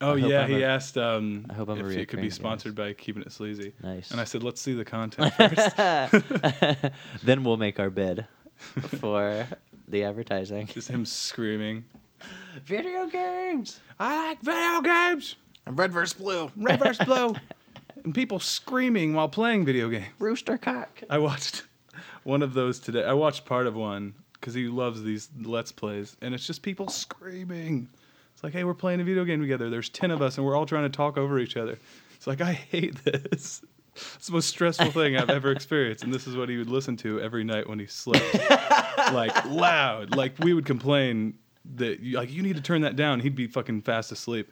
S2: Oh
S1: I hope
S2: yeah,
S1: I'm
S2: he
S1: a-
S2: asked um,
S1: I hope I'm a
S2: if it could
S1: reoccurring
S2: be
S1: guest.
S2: sponsored by Keeping It Sleazy.
S1: Nice.
S2: And I said, let's see the content first.
S1: then we'll make our bid for the advertising.
S2: Just him screaming.
S1: Video games.
S2: I like video games.
S3: And red versus blue.
S2: Red versus blue. And people screaming while playing video games.
S1: Rooster cock.
S2: I watched one of those today. I watched part of one because he loves these let's plays, and it's just people screaming. It's like, hey, we're playing a video game together. There's ten of us, and we're all trying to talk over each other. It's like I hate this. It's the most stressful thing I've ever experienced, and this is what he would listen to every night when he slept, like loud. Like we would complain that, you- like, you need to turn that down. He'd be fucking fast asleep.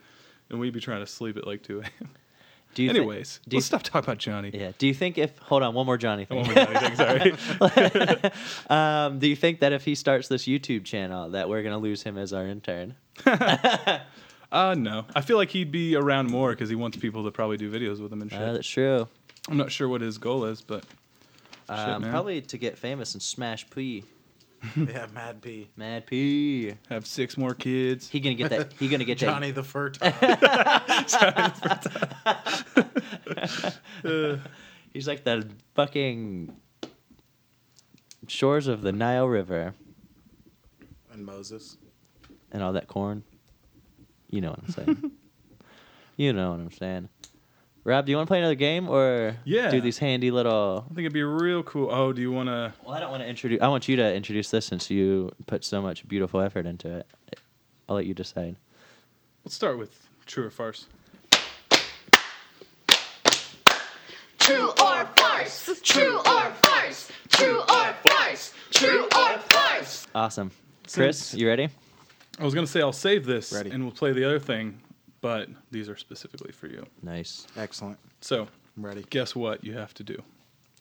S2: and we'd be trying to sleep at like 2 a.m.
S1: Do you thi-
S2: Anyways,
S1: do you
S2: let's stop talking about Johnny.
S1: Yeah. Do you think if hold on one more Johnny
S2: Oh
S1: thing?
S2: my God, I think- sorry.
S1: um, do you think that if he starts this YouTube channel that we're gonna lose him as our intern?
S2: Uh, no. I feel like he'd be around more because he wants people to probably do videos with him and shit.
S1: Uh, that's true.
S2: I'm not sure what his goal is, but
S1: Um,
S2: man.
S1: probably to get famous and smash P,
S3: yeah, Mad P.
S1: Mad P.
S2: have six more kids.
S1: He gonna get that. He gonna get
S3: Johnny the Fur Top.
S1: that. He's like the fucking shores of the Nile River
S3: and Moses.
S1: and all that corn. You know what I'm saying. you know what I'm saying. Rob, do you want to play another game or
S2: Yeah.
S1: do these handy little?
S2: I think it'd be real cool. Oh, do you want to?
S1: Well, I don't want to introduce. I want you to introduce this since you put so much beautiful effort into it. I'll let you decide.
S2: Let's start with true or farce.
S5: True or farce? True or farce? True or farce? True or farce?
S1: Awesome, Chris. You ready?
S2: I was gonna say I'll save this
S3: Ready.
S2: and we'll play the other thing, but these are specifically for you.
S1: Nice.
S3: Excellent.
S2: So
S3: I'm ready.
S2: guess what you have to do.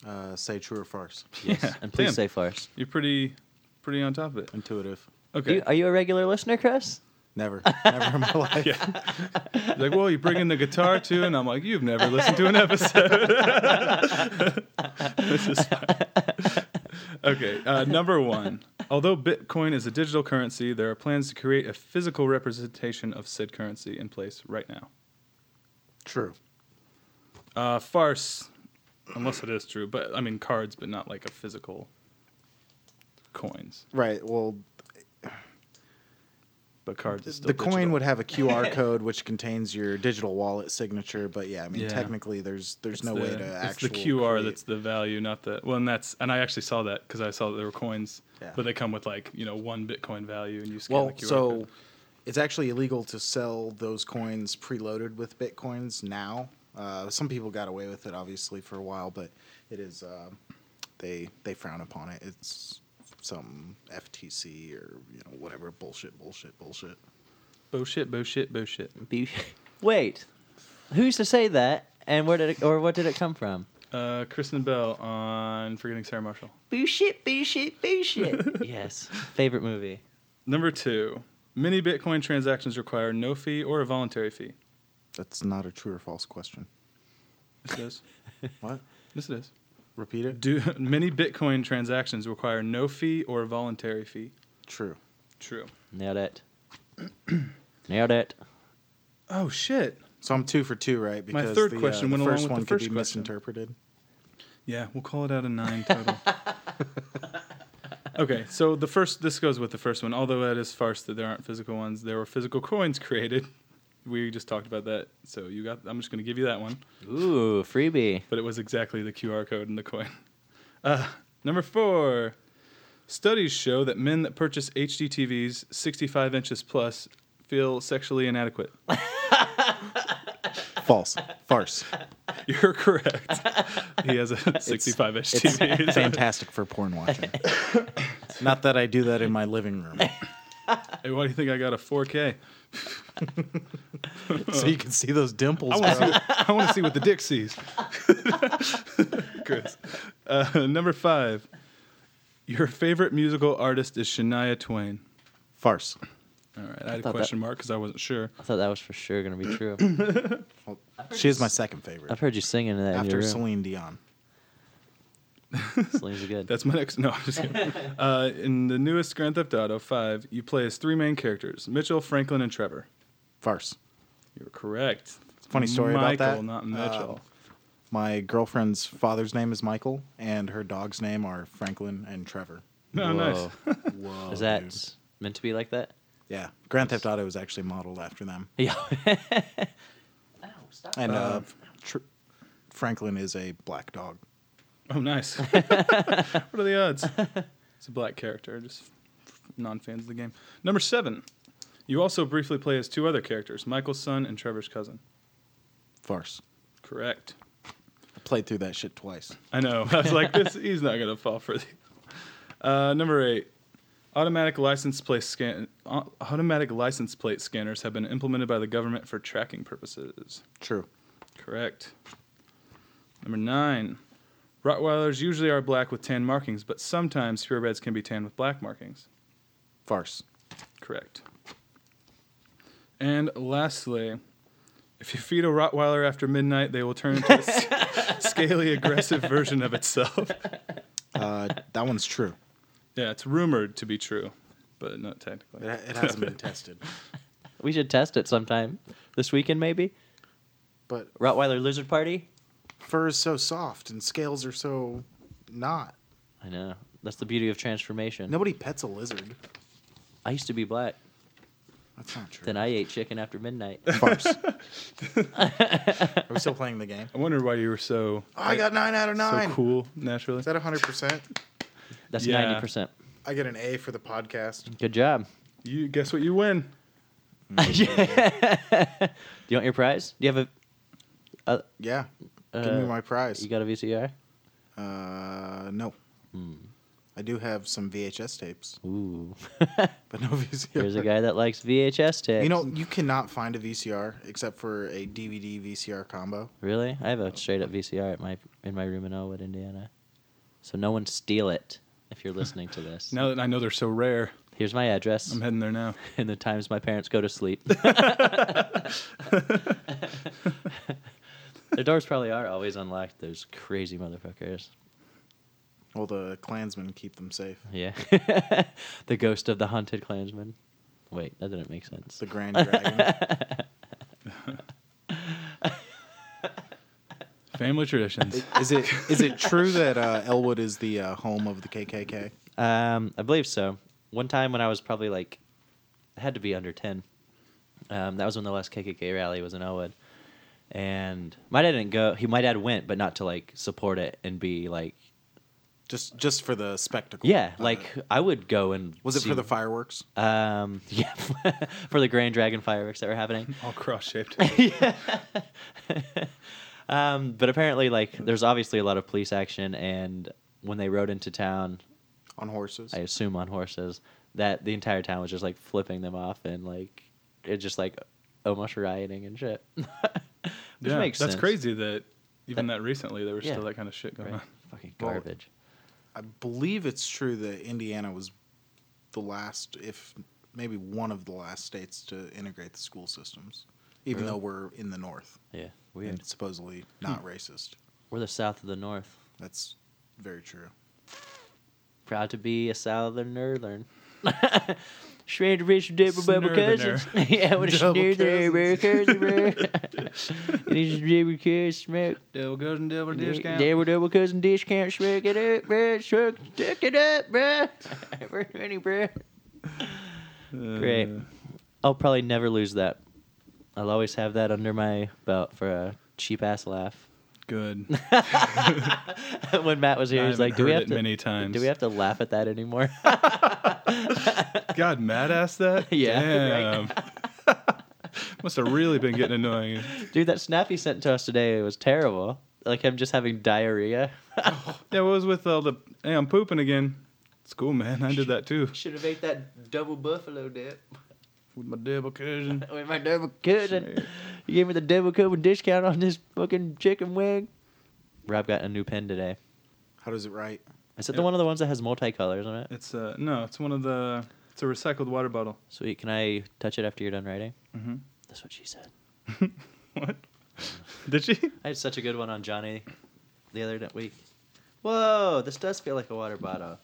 S3: Uh, say true or farce.
S2: Yeah,
S1: And please
S2: damn,
S1: say farce.
S2: You're pretty, pretty on top of it.
S3: Intuitive.
S1: Do
S2: Okay.
S1: you- are you a regular listener, Chris?
S3: Never. Never in my life.
S2: like, well, you bring in the guitar too, and I'm like, you've never listened to an episode. This is fine. okay, uh, number one. Although Bitcoin is a digital currency, there are plans to create a physical representation of said currency in place right now.
S3: True.
S2: Uh, farce, unless it is true, but I mean cards, but not like a physical coins.
S3: Right. Well,
S2: But cards is still
S3: the coin
S2: digital.
S3: would have a QR code which contains your digital wallet signature, but yeah, I mean
S2: Yeah.
S3: technically there's there's
S2: It's
S3: no
S2: the,
S3: way to
S2: it's
S3: actually
S2: the QR
S3: create-
S2: that's the value, not the well. And that's and I actually saw that because I saw that there were coins,
S3: Yeah.
S2: but they come with like you know one Bitcoin value, and you scan
S3: well,
S2: the QR
S3: so
S2: code.
S3: it's actually illegal to sell those coins preloaded with bitcoins now. Uh, some people got away with it obviously for a while, but it is uh, they they frown upon it. It's some FTC or you know whatever bullshit, bullshit, bullshit.
S2: bullshit, bullshit, bullshit.
S1: Be- Wait, who's to say that? And where did it, or what did it come from?
S2: Uh, Kristen Bell on Forgetting Sarah Marshall.
S1: Bullshit, bullshit, bullshit. yes, favorite movie.
S2: Number two, many Bitcoin transactions require no fee or a voluntary fee.
S3: That's not a true or false question.
S2: This is.
S3: What?
S2: This it is.
S3: Repeat it.
S2: Do many Bitcoin transactions require no fee or a voluntary fee?
S3: True.
S2: True.
S1: Nailed it. Nailed it.
S2: Oh shit.
S3: So I'm two for two, right?
S2: My third
S3: the, uh,
S2: question
S3: the
S2: went along
S3: first
S2: with the
S3: one
S2: first
S3: could be
S2: question.
S3: misinterpreted.
S2: Yeah, we'll call it out a nine total. okay, so the first this goes with the first one. Although it is farce that there aren't physical ones, there were physical coins created. We just talked about that, so you got. I'm just going to give you that one,
S1: Ooh, freebie.
S2: but it was exactly the QR code and the coin. Uh, number four, studies show that men that purchase HD TVs 65 inches plus feel sexually inadequate.
S3: False. Farce.
S2: You're correct. he has a 65 inch
S3: It's
S2: TV.
S3: fantastic for porn watching. Not that I do that in my living room,
S2: Hey, why do you think I got a 4K?
S3: so you can see those dimples.
S2: I want
S3: bro.
S2: to see. I want to see what the dick sees. Chris, uh, number five. Your favorite musical artist is Shania Twain.
S3: Farce.
S2: All right, I had a
S1: thought that-
S2: question mark because I wasn't sure.
S1: I thought that was for sure gonna be true.
S3: She is my second favorite
S1: I've heard you singing that in your
S3: after
S1: room.
S3: Celine Dion.
S1: Celine's good.
S2: That's my next. No, I'm just kidding. Uh, in the newest Grand Theft Auto Five, you play as three main characters: Mitchell, Franklin, and Trevor.
S3: Farce.
S2: You're correct.
S3: Funny story about
S2: Michael,
S3: that.
S2: not
S3: Um,
S2: Mitchell.
S3: My girlfriend's father's name is Michael, and her dog's name are Franklin and Trevor.
S2: no, nice.
S1: Whoa.
S3: Whoa,
S1: Is that
S3: dude.
S1: meant to be like that?
S3: Yeah, Grand Theft Auto is actually modeled after them,
S1: Yeah.
S3: and uh, tr- Franklin is a black dog.
S2: Oh, nice. what are the odds? It's a black character, just non fans of the game. Number seven. You also briefly play as two other characters, Michael's son and Trevor's cousin.
S3: Farce.
S2: Correct.
S3: I played through that shit twice.
S2: I know. I was like, this. He's not gonna fall for the. Uh, number eight. Automatic license plate scan au- automatic license plate scanners have been implemented by the government for tracking purposes.
S3: True.
S2: Correct. Number nine. Rottweilers usually are black with tan markings, but sometimes purebreds can be tan with black markings.
S3: Farce.
S2: Correct. And lastly, if you feed a Rottweiler after midnight, they will turn into a s- scaly, aggressive version of itself.
S3: Uh, that one's true.
S2: Yeah, it's rumored to be true, but not
S3: It,
S2: technically.
S3: it hasn't been tested.
S1: We should test it sometime this weekend, maybe.
S3: But
S1: Rottweiler lizard party.
S3: fur is so soft and scales are so not.
S1: I know that's the beauty of transformation.
S3: Nobody pets a lizard.
S1: I used to be black.
S3: That's not true.
S1: Then I ate chicken after midnight.
S3: Farce. are we still playing the game?
S2: I wonder why you were so
S3: Oh, I got nine out of
S2: so
S3: nine.
S2: cool naturally.
S3: Is that 100%?
S1: That's
S2: Yeah.
S1: ninety percent.
S3: I get an A for the podcast.
S1: Good job.
S2: You guess what you win.
S1: Do you want your prize? Do you have a? Uh,
S3: Yeah. Give
S1: Uh,
S3: me my prize.
S1: you got a VCR?
S3: Uh, no. I do have some VHS tapes,
S1: Hmm. Ooh.
S3: but no VCR.
S1: There's a guy that likes VHS tapes.
S3: You know, you cannot find a VCR except for a DVD VCR combo.
S1: Really? I have a straight up VCR at my in my room in Elwood, Indiana. So no one steal it if you're listening to this.
S2: Now that I know they're so rare,
S1: Here's my address
S2: I'm heading there now.
S1: and the times my parents go to sleep. Their doors probably are always unlocked. Those crazy motherfuckers.
S3: Well, the Klansmen keep them safe.
S1: Yeah. the ghost of the haunted Klansman. Wait, that didn't make sense.
S3: The Grand Dragon.
S2: Family traditions.
S3: is it is it true that uh, Elwood is the uh, home of the KKK?
S1: Um, I believe so. One time when I was probably like, I had to be under 10. Um, that was when the last KKK rally was in Elwood. And my dad didn't go. He, my dad went, but not to like support it and be like,
S3: Just just for the spectacle.
S1: yeah,
S3: Uh,
S1: like I would go and.
S3: was it
S1: see-
S3: for the fireworks?
S1: Um, yeah, for the Grand Dragon fireworks that were happening.
S2: All cross shaped.
S1: Um, but apparently, like, there's obviously a lot of police action. And when they rode into town,
S3: on horses.
S1: I assume on horses, that the entire town was just like flipping them off and like it just like almost rioting and shit. Which
S2: yeah,
S1: makes
S2: that's
S1: sense.
S2: crazy Uh-huh. that even that, recently there was
S1: Yeah.
S2: still that kind of shit going
S1: Right?
S2: on.
S1: Fucking
S3: Well,
S1: garbage.
S3: I believe it's true that Indiana was the last, if maybe one of the last states to integrate the school systems, even though we're in the North
S1: yeah. Hmm. Weird.
S3: and supposedly not racist.
S1: We're the south of the north.
S3: That's very true.
S1: Proud to be a southerner. Shred rich dipper bubble
S2: Snurthener.
S1: cousins. yeah, what a
S3: Double
S1: snurther, bro. Cousin, bro. It is double cousin smoke.
S2: Double cousin, double
S1: Double, double cousin discount. Smoke it up, bro. Smoke, tuck it up, bro. We're ready, bro.
S2: Uh,
S1: Great. I'll probably never lose that. I'll always have that under my belt for a cheap ass laugh.
S2: Good.
S1: when Matt was here,
S2: I
S1: he's like,
S2: haven't
S1: "Do we
S2: heard
S1: have
S2: it
S1: to?
S2: many times.
S1: Do we have to laugh at that anymore?"
S2: God, Matt asked that?
S1: Yeah,
S2: Damn. Must have really been getting annoying.
S1: Dude, that snap he sent to us today was terrible. Like him just having diarrhea.
S2: Yeah, what was with all the, hey, I'm pooping again. It's cool, man. I did that too.
S1: Should have ate that double buffalo dip
S2: With my double cousin.
S1: with my double cousin. You gave me the double cousin discount on this fucking chicken wing. Rob got a new pen today.
S3: How does it write?
S1: Is it the
S2: Yeah.
S1: one of the ones that has multicolors on it?
S2: It's, uh, no, it's one of the, it's a recycled water bottle.
S1: Sweet. Can I touch it after you're done writing?
S2: Mhm.
S1: That's what she said.
S2: What? Did she?
S1: I had such a good one on Johnny the other d- week. Whoa, this does feel like a water bottle.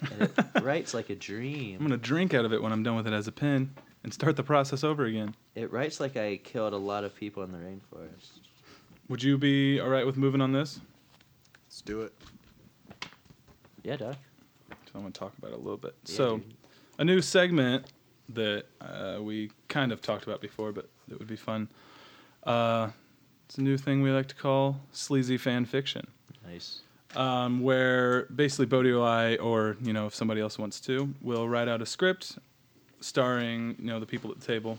S1: And it writes like a
S2: I'm
S1: dream.
S2: going to drink out of it when I'm done with it as a pen and start the process over again.
S1: It writes like I killed a lot of people in the rainforest.
S2: Would you be all right with moving on this?
S3: Let's do it.
S1: Yeah, Doc.
S2: 'Cause I want to talk about it a little bit.
S1: Yeah,
S2: so,
S1: dude.
S2: a new segment that uh, we kind of talked about before, but it would be fun. Uh, it's a new thing we like to call sleazy fan fiction,
S1: Nice.
S2: um, where basically Bodhi or I, or you know, if somebody else wants to, will write out a script starring you know the people at the table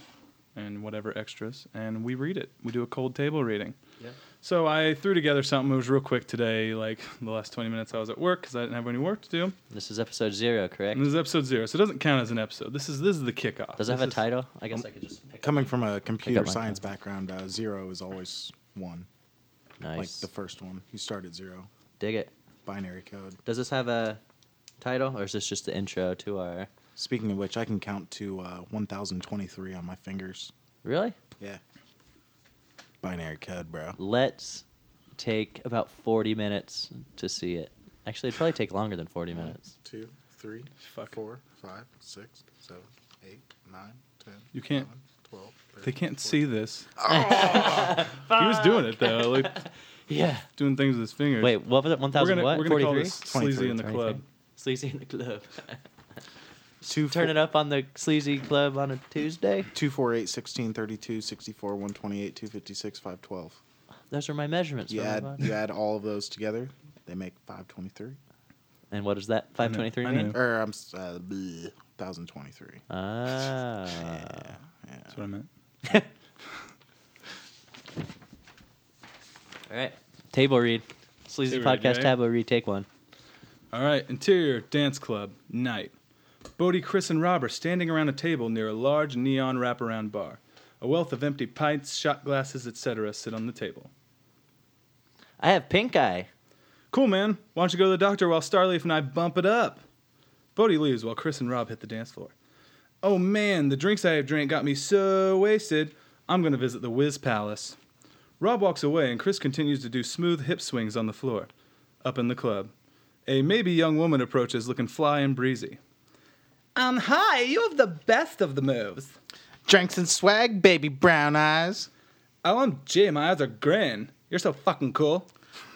S2: and whatever extras, and we read it. We do a cold table reading.
S1: Yeah.
S2: So I threw together something. It was real quick today, like the last 20 minutes I was at work because I didn't have any work to do.
S1: This is episode zero, correct?
S2: And this is episode zero, so it doesn't count as an episode. This is this is the kickoff.
S1: Does it have
S2: This
S1: a
S2: is-
S1: title? I guess I could just pick
S3: Coming from a computer
S1: my
S3: science background, uh, zero is always one, like
S1: Nice.
S3: the first one. You start at zero,
S1: Dig it.
S3: binary code.
S1: Does this have a title, or is this just the intro to our?
S3: Speaking of which, I can count to uh, 1023 on my fingers.
S1: Really?
S3: Yeah. Binary code, bro.
S1: Let's take about forty minutes to see it. Actually, it'd probably take longer than forty minutes.
S3: Two, three,
S2: Fuck.
S3: four, five, six, seven, eight, nine, ten.
S2: You can't-
S3: 11, Twelve.
S2: They can't see this. he was doing it though, like
S1: Yeah.
S2: doing things with his fingers.
S1: Wait, what was it? One
S2: we're
S1: thousand
S2: gonna
S1: what?
S2: we're gonna call
S1: 43?
S2: this sleazy in the
S1: 23.
S2: club.
S1: Sleazy in the club.
S3: Two,
S1: Turn it up on the sleazy club on a Tuesday.
S3: Two, four, eight, sixteen, thirty-two, sixty-four, one twenty-eight, two fifty-six, five twelve.
S1: Those are my measurements.
S3: You
S1: for my
S3: add
S1: body.
S3: you add all of those together, they make five twenty-three.
S1: And what is that? Five twenty-three
S2: I know.
S1: mean?
S3: Or I'm s- uh, thousand twenty-three.
S1: Ah.
S3: Yeah, yeah.
S2: That's what I meant.
S1: All right. Table read. Sleazy
S2: Table read,
S1: podcast
S2: yeah.
S1: table read. Take one.
S2: All right, interior dance club night. Bodie, Chris, and Rob are standing around a table near a large neon wraparound bar. A wealth of empty pints, shot glasses, etc., sit on the table.
S1: I have pink eye.
S2: Cool, man. Why don't you go to the doctor while Starleaf and I bump it up? Bodie leaves while Chris and Rob hit the dance floor. Oh man, the drinks I have drank got me so wasted. I'm gonna visit the Whiz Palace. Rob walks away and Chris continues to do smooth hip swings on the floor. Up in the club, a maybe young woman approaches looking fly and breezy. Um, hi, you have the best of the moves.
S3: Drinks and swag, baby brown eyes.
S2: OMG, Oh, my eyes are grin. You're so fucking cool.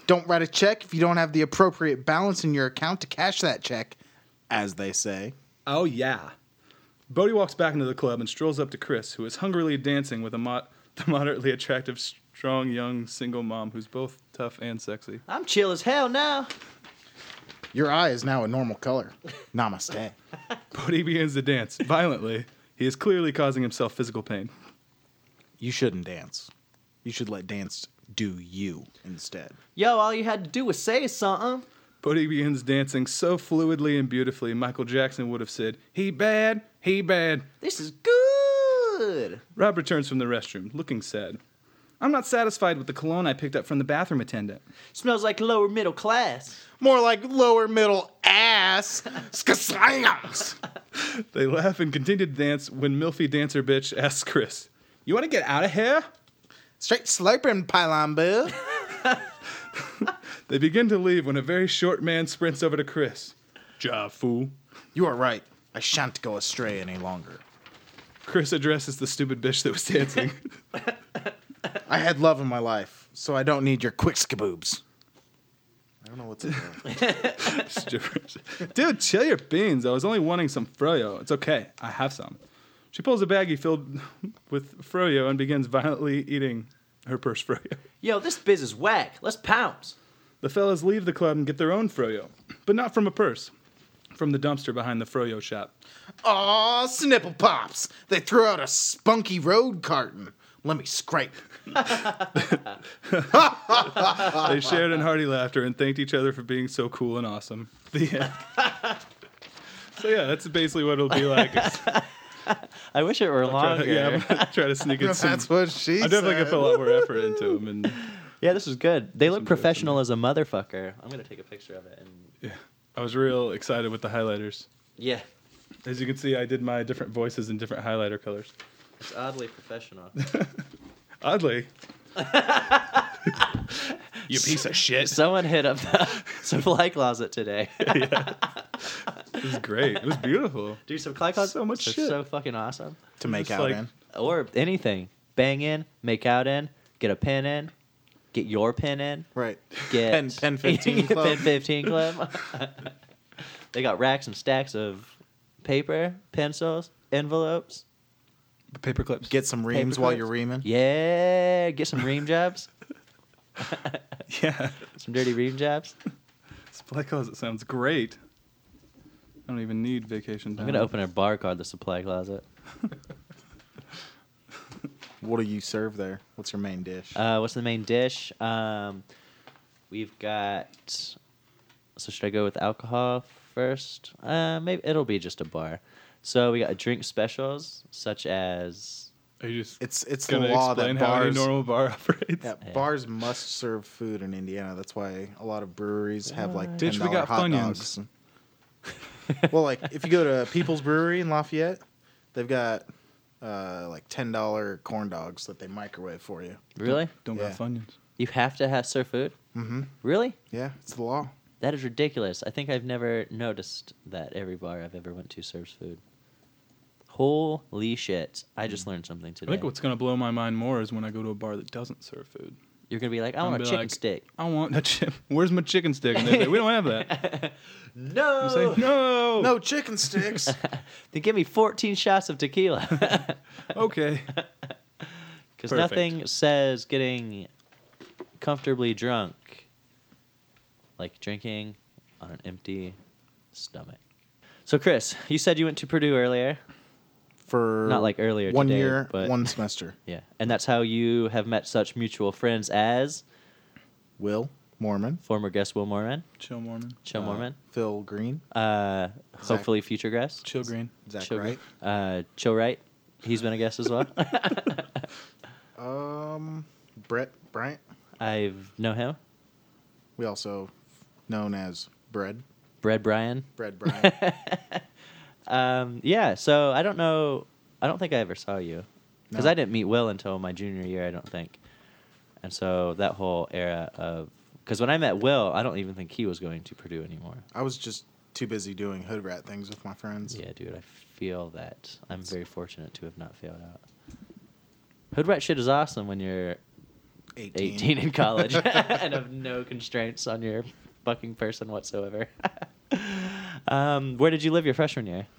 S3: Don't write a check if you don't have the appropriate balance in your account to cash that check, as they say.
S2: Oh, yeah. Bodie walks back into the club and strolls up to Chris, who is hungrily dancing with a mo- the moderately attractive, strong, young single mom who's both tough and sexy.
S1: I'm chill as hell now.
S3: Your eye is now a normal color. Namaste.
S2: Bodie begins to dance violently. He is clearly causing himself physical pain.
S3: You shouldn't dance. You should let dance do you instead.
S1: Yo, all you had to do was say something.
S2: Bodie begins dancing so fluidly and beautifully, Michael Jackson would have said, He bad, he bad.
S1: This is good.
S2: Rob returns from the restroom, looking sad. I'm not satisfied with the cologne I picked up from the bathroom attendant.
S1: Smells like lower middle class.
S3: More like lower middle ass. Skaslangs.
S2: They laugh and continue to dance when Milfy Dancer Bitch asks Chris, You want to get out of here?
S3: Straight slurping, pylon boo.
S2: They begin to leave when a very short man sprints over to Chris. Ja fool.
S3: You are right. I shan't go astray any longer.
S2: Chris addresses the stupid bitch that was dancing.
S3: I had love in my life, so I don't need your quick skaboobs. I don't know what's in there.
S2: It's gibberish. Dude, chill your beans. I was only wanting some froyo. It's okay. I have some. She pulls a baggie filled with froyo and begins violently eating her purse froyo.
S1: Yo, this biz is whack. Let's pounce.
S2: The fellas leave the club and get their own froyo, but not from a purse, from the dumpster behind the froyo shop.
S3: Aw, Snipple Pops. They threw out a spunky road carton. Let me scrape.
S2: They shared in hearty laughter and thanked each other for being so cool and awesome. The end. so yeah, that's basically what it'll be like. uh,
S1: I wish it were longer.
S2: yeah, I'm
S1: yeah,
S2: gonna try to sneak in some.
S3: That's what she
S2: I'm definitely gonna put a lot more effort into them, and
S1: this is good. They look professional as a motherfucker. I'm gonna take a picture of it and
S2: yeah, I was real excited with the highlighters.
S1: yeah,
S2: As you can see, I did my different voices in different highlighter colors.
S1: it's oddly professional.
S2: Oddly, you piece of shit.
S1: Someone hit up the supply closet today.
S2: It was great. It was beautiful.
S1: Dude, supply closet
S2: So much
S1: are
S2: shit.
S1: so fucking awesome.
S3: to make
S2: Just
S3: out
S2: like-
S3: in.
S1: Or anything, bang in, make out in, get a pin in, get your pin in,
S3: Right.
S1: get
S3: Pen- Pen 15 Club.
S1: Pen 15 Club. they got racks and stacks of paper, pencils, envelopes.
S2: Paper clips.
S3: Get some reams while
S2: clips.
S3: you're reaming.
S1: Yeah, get some ream jobs,
S2: yeah.
S1: some dirty ream jobs.
S2: Supply closet sounds great. I don't even need vacation time.
S1: I'm gonna open a bar card, the supply closet.
S3: What do you serve there? What's your main dish?
S1: Uh, what's the main dish? Um, we've got. So should I go with alcohol first? Uh, maybe it'll be just a bar. So we got drink specials such as
S2: Are you just
S3: it's it's the
S2: gonna
S3: law
S2: explain
S3: that
S2: how any
S3: bars
S2: normal bar operates?
S3: that bars must serve food in Indiana. That's why a lot of breweries have like ten
S2: Ditch, we
S3: dollar
S2: got
S3: hot
S2: Funyuns.
S3: dogs. well, like if you go to People's Brewery in Lafayette, they've got uh, like ten dollar corn dogs that they microwave for you.
S1: really
S2: Don't
S3: Yeah.
S2: got funyuns.
S1: you have to have serve food.
S3: Mm-hmm.
S1: Really?
S3: Yeah, it's the law.
S1: That is ridiculous. I think I've never noticed that every bar I've ever went to serves food. Holy shit! I just learned something
S2: I
S1: today.
S2: think what's gonna blow my mind more is when I go to a bar that doesn't serve food.
S1: You're gonna be like, I
S2: I'll
S1: want a
S2: be
S1: chicken
S2: like,
S1: stick.
S2: I want that chip. Where's my chicken stick? And they say, we don't have that.
S1: No.
S2: I say,
S1: Oh.
S2: no.
S3: No chicken sticks.
S1: Then give me 14 shots of tequila.
S2: Okay.
S1: Because
S2: Perfect.
S1: nothing says getting comfortably drunk like drinking on an empty stomach. So, Chris, you said you went to Purdue earlier.
S3: For
S1: Not like earlier
S3: one
S1: today,
S3: year,
S1: but-
S3: one semester.
S1: Yeah. And that's how you have met such mutual friends as
S3: Will Mormon,
S1: former guest Will Mormon,
S2: Chill Mormon.
S1: Chill
S3: uh,
S1: Mormon,
S3: Phil Green,
S1: uh, hopefully future guest,
S2: Chill Green.
S3: Zach
S1: Chill-
S3: Wright.
S1: uh, Chill Wright. He's been a guest as well.
S3: Um, Brett Bryant.
S1: I've know him.
S3: We also known as Bread.
S1: Brad Bryan.
S3: Bread Bryant.
S1: Um, yeah, so I don't know. I don't think I ever saw you because
S3: No.
S1: I didn't meet Will until my junior year, I don't think. And so that whole era of because when I met Will, I don't even think he was going to Purdue anymore.
S3: I was just too busy doing hood rat things with my friends.
S1: Yeah, dude, I feel that. I'm very fortunate to have not failed out. Hood rat shit is awesome when you're
S3: 18.
S1: 18 in college and have no constraints on your fucking person whatsoever. um, where did you live your freshman year?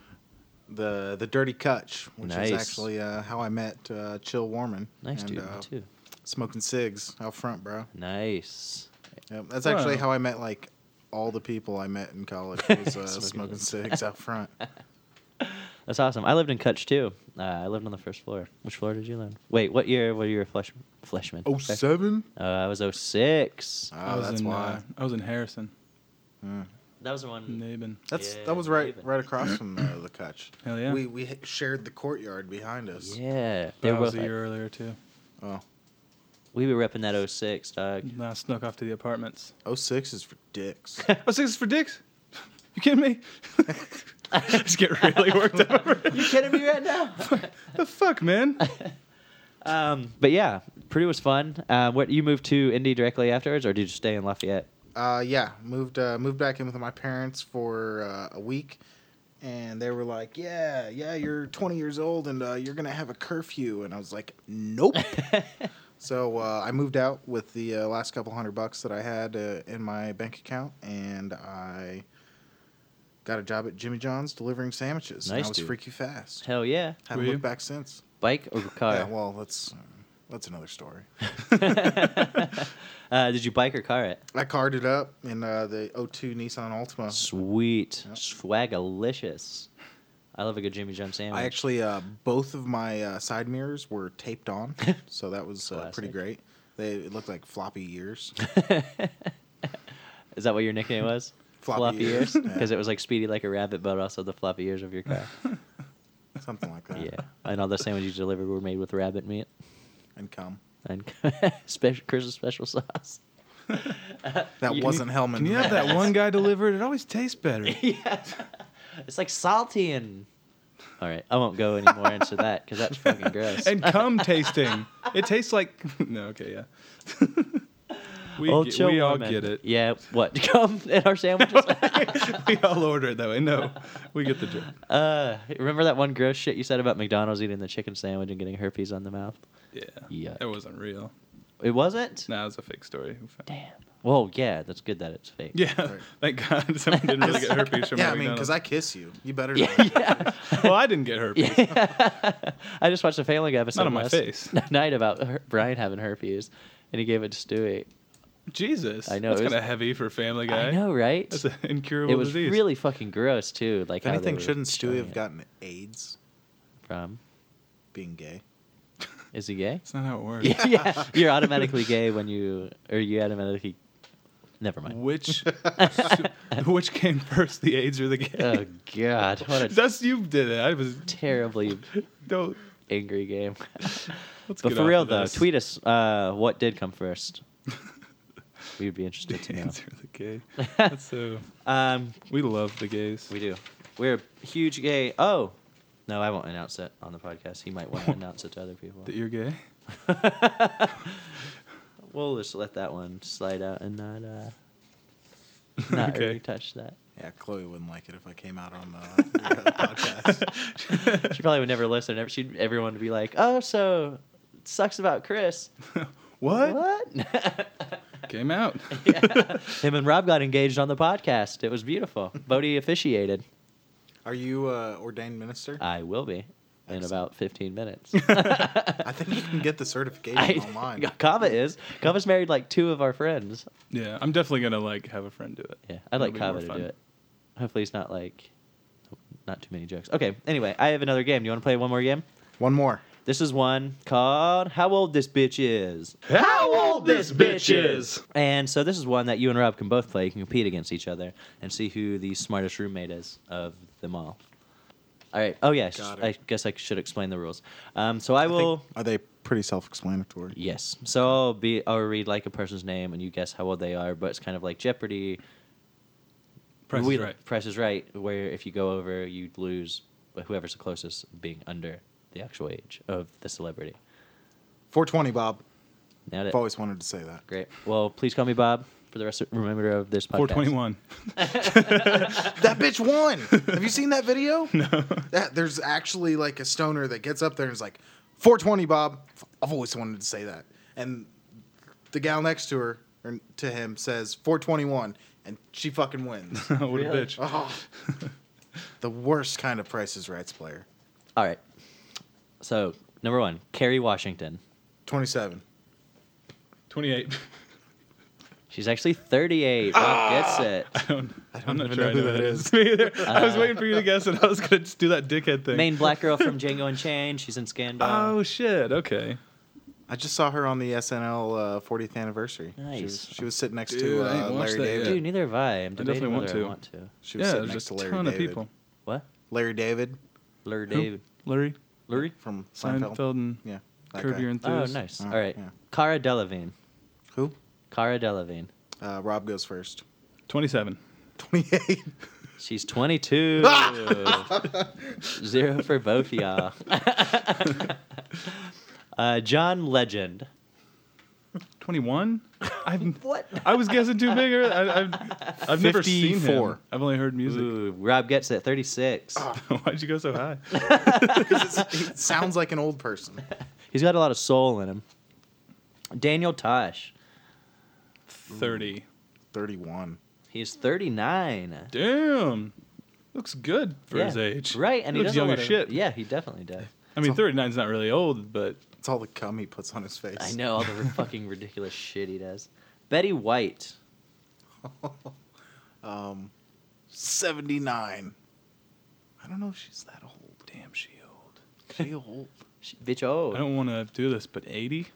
S3: The the dirty cutch, which
S1: Nice.
S3: is actually uh, how I met uh, Chill Warman.
S1: Nice,
S3: and,
S1: dude. me
S3: uh,
S1: too.
S3: Smoking cigs out front, bro.
S1: Nice.
S3: Yep. That's actually
S2: Wow.
S3: how I met like all the people I met in college was uh,
S1: Smoking
S3: smoking
S1: cigs.
S3: cigs out front.
S1: That's awesome. I lived in Cutch too. Uh, I lived on the first floor. Which floor did you live? Wait, what year were you a flesh, fleshman?
S3: Oh seven.
S1: Uh, I was 06.
S2: I
S3: Oh,
S2: was
S3: that's
S2: in,
S3: why.
S2: uh, I was in Harrison.
S1: That was the one.
S2: Nabin.
S3: That's
S1: Yeah,
S3: that was right
S1: Raven.
S3: right across from uh, the cutch.
S2: Hell yeah.
S3: We we h- shared the courtyard behind us.
S1: Yeah, they
S2: That
S1: were
S2: was
S1: both,
S2: a year earlier too.
S3: Oh,
S1: we were repping that 06, dog.
S2: And I snuck off to the apartments.
S3: 06 is for dicks.
S2: Oh, six is for dicks. You kidding me? Just get really worked up. over it.
S1: you kidding me right now?
S2: the fuck, man.
S1: um, but yeah, Purdue was fun. Uh, what you moved to Indy directly afterwards, or did you stay in Lafayette?
S3: Uh, yeah, moved uh, moved back in with my parents for uh, a week, and they were like, "Yeah, yeah, you're 20 years old, and uh, you're gonna have a curfew." And I was like, "Nope." so uh, I moved out with the uh, last couple hundred bucks that I had uh, in my bank account, and I got a job at Jimmy John's delivering sandwiches. and
S1: Nice,
S3: I was
S1: dude.
S3: freaky fast.
S1: Hell yeah,
S3: Haven't
S2: Were you?
S3: looked back since.
S1: bike or car?
S3: Yeah, well, that's that's another story.
S1: uh, did you bike or car it?
S2: Uh-huh.
S3: I carved it up in uh, the 02 Nissan Altima.
S1: Sweet, swagalicious. I love a good Jimmy John sandwich.
S3: I actually uh, both of my uh, side mirrors were taped on, so that was uh, pretty
S1: Classic.
S3: great. They it looked like floppy ears.
S1: Is that what your nickname was?
S3: Floppy ears. Yeah.
S1: because it was like speedy like a rabbit, but also the floppy ears of your car.
S3: something like that.
S1: yeah, and all the sandwiches you delivered were made with rabbit meat
S3: And cum.
S1: and special Chris's special sauce.
S3: That wasn't Hellman.
S2: Can you have that one guy delivered? It always tastes better.
S1: It's like salty and. All right, I won't go any more into that because that's fucking gross.
S2: and cum tasting. It tastes like no, okay, yeah. we
S1: Old
S2: get-
S1: chill
S2: we all
S1: woman.
S2: get it.
S1: Yeah, what come in our sandwiches?
S2: we all order it that way. No, we get the joke.
S1: uh, remember that one gross shit you said about McDonald's eating the chicken sandwich and getting herpes on the mouth?
S2: Yeah,
S1: Yuck.
S2: it wasn't real.
S1: It wasn't.
S2: Nah, it's a fake story. We found-
S1: Damn. Well, yeah, that's good that it's fake.
S2: Yeah, thank God someone didn't really get herpes from
S3: Yeah, I
S2: McDonald's.
S3: mean, because I kiss you. You better.
S1: Yeah,
S3: not.
S1: yeah.
S2: well, I didn't get herpes.
S1: I just watched a Family Guy episode
S2: Not on my
S1: last
S2: face.
S1: night about her- Brian having herpes, and he gave it to Stewie.
S2: Jesus,
S1: I know,
S2: that's
S1: it was-
S2: kind of heavy for Family Guy.
S1: I know, right?
S2: That's an incurable
S1: It was
S2: disease.
S1: really fucking gross too. Like,
S3: If
S1: how they
S3: anything,
S1: were
S3: shouldn't Stewie
S1: showing
S3: have
S1: it
S3: gotten AIDS
S1: from?
S3: being gay?
S1: Is he gay?
S2: That's not how it works.
S1: yeah, you're automatically gay when you or you automatically. Never mind.
S2: Which which came first, the AIDS or the
S1: Oh
S2: gay?
S1: God, what a
S2: That's you did it. I was
S1: terribly
S2: don't.
S1: angry game.
S2: Let's
S1: But
S2: get
S1: for
S2: off
S1: real
S2: of
S1: though,
S2: this.
S1: tweet us uh, what did come first. We'd be interested
S2: The
S1: to know.
S2: AIDS or the gay? That's so.
S1: Um,
S2: We love the gays.
S1: we do. We're huge gay. Oh, no, I won't announce it on the podcast. He might want to announce it to other people.
S2: That you're gay.
S1: We'll just let that one slide out and not uh, not
S2: Okay.
S1: really touch that.
S3: Yeah, Chloe wouldn't like it if I came out on uh, the podcast.
S1: She probably would never listen. Ever- She'd everyone would be like, "Oh, so it sucks about Chris."
S2: What?
S1: What?
S2: Came out.
S1: Yeah. Him and Rob got engaged on the podcast. It was beautiful. Bodie officiated.
S3: Are you uh, ordained minister?
S1: I will be in
S3: Excellent.
S1: about 15 minutes.
S3: I think you can get the certification
S2: oh
S3: online.
S1: Kava is. Kava's married like two of our friends.
S2: Yeah, I'm definitely gonna like have a friend do it.
S1: Yeah, I'd like
S2: That'll
S1: Kava
S2: be more
S1: to
S2: fun.
S1: do it. Hopefully, he's not like not too many jokes. Okay. Anyway, I have another game. Do you want to play one more game?
S3: One more.
S1: This is one called "How Old This Bitch Is."
S2: How old this bitch is?
S1: And so this is one that you and Rob can both play. You can compete against each other and see who the smartest roommate is of them all. All right. Oh yeah.
S3: Got it.
S1: I guess I should explain the rules. Um, so I
S3: I
S1: will.
S3: think- are they pretty self-explanatory?
S1: Yes. So I'll be. I'll read like a person's name and you guess how old they are. But it's kind of like Jeopardy.
S2: Price
S1: We-
S2: is right.
S1: Price is right. Where if you go over, you lose. But whoever's the closest being under the actual age of the celebrity.
S3: 420, Bob.
S1: Nailed it.
S3: I've always wanted to say that.
S1: Great. Well, please call me Bob for the rest of remember of this podcast.
S2: 421.
S3: That bitch won. Have you seen that video? No. That there's actually like a stoner that gets up there and is like, 420, Bob. I've always wanted to say that. And the gal next to her or to him says 421, and she fucking wins.
S2: what a
S1: Really?
S2: bitch.
S3: oh, the worst kind of Price is Rights player.
S1: All right. So number one, Carrie Washington.
S3: 27.
S2: 28.
S1: She's actually 38. Rob gets it.
S2: I don't, I'm not
S3: even
S2: sure
S3: know
S2: I
S3: who
S2: know
S3: that
S2: who that
S3: is.
S2: is. Me either. I was waiting for you to guess, and I was going to do that dickhead thing.
S1: Uh, Main uh, black girl from Django Unchained. She's in Scandal.
S2: Oh, shit. Okay.
S3: I just saw her on the SNL uh, 40th anniversary. She was,
S1: Nice.
S3: she was sitting next
S2: Dude,
S3: to
S2: I ain't
S3: uh,
S2: watched
S3: Larry
S2: that
S3: David.
S2: yet.
S1: Dude, neither have I. I'm
S2: I definitely
S1: debating
S2: want
S1: whether
S2: to.
S1: I want to.
S3: She was
S2: Yeah,
S3: sitting
S2: there's
S3: next
S2: a
S3: to Larry
S2: ton
S3: David.
S2: of people.
S1: What?
S3: Larry David
S1: Lur
S2: Who?
S1: David.
S2: Larry?
S1: Lurie?
S3: from Seinfeld.
S2: Seinfeld, and
S3: Yeah. that
S2: Curb
S3: guy.
S2: Your
S1: Oh,
S2: Enthusiasm.
S1: nice.
S3: Oh,
S1: All right.
S3: yeah.
S1: Cara Delevingne.
S3: Who?
S1: Cara Delevingne.
S3: Uh, Rob goes first.
S2: 27.
S3: 28.
S1: She's 22. Zero for both y'all. uh, John Legend.
S2: 21? I've,
S1: What?
S2: I was guessing too big. or- I, I've, I've never seen him.
S3: 54.
S2: I've only heard music.
S1: Ooh, Rob gets it. 36.
S2: Why'd you go so high?
S3: Because it sounds like an old person.
S1: He's got a lot of soul in him. Daniel Tosh.
S2: 30.
S3: 31.
S1: He's 39.
S2: Damn. Looks good for
S1: Yeah.
S2: his age.
S1: Right, and he,
S2: looks
S1: does
S2: young
S1: a
S2: as
S1: lot of-
S2: shit.
S1: Yeah, he definitely does.
S2: I mean, 39 is not really old, but
S3: It's all the cum he puts on his face.
S1: I know all the fucking ridiculous shit he does. Betty White.
S3: 79. I don't know if she's that old.
S2: damn, she old.
S3: She old.
S1: She, bitch,
S2: I
S1: oh.
S2: don't want to do this, but 80?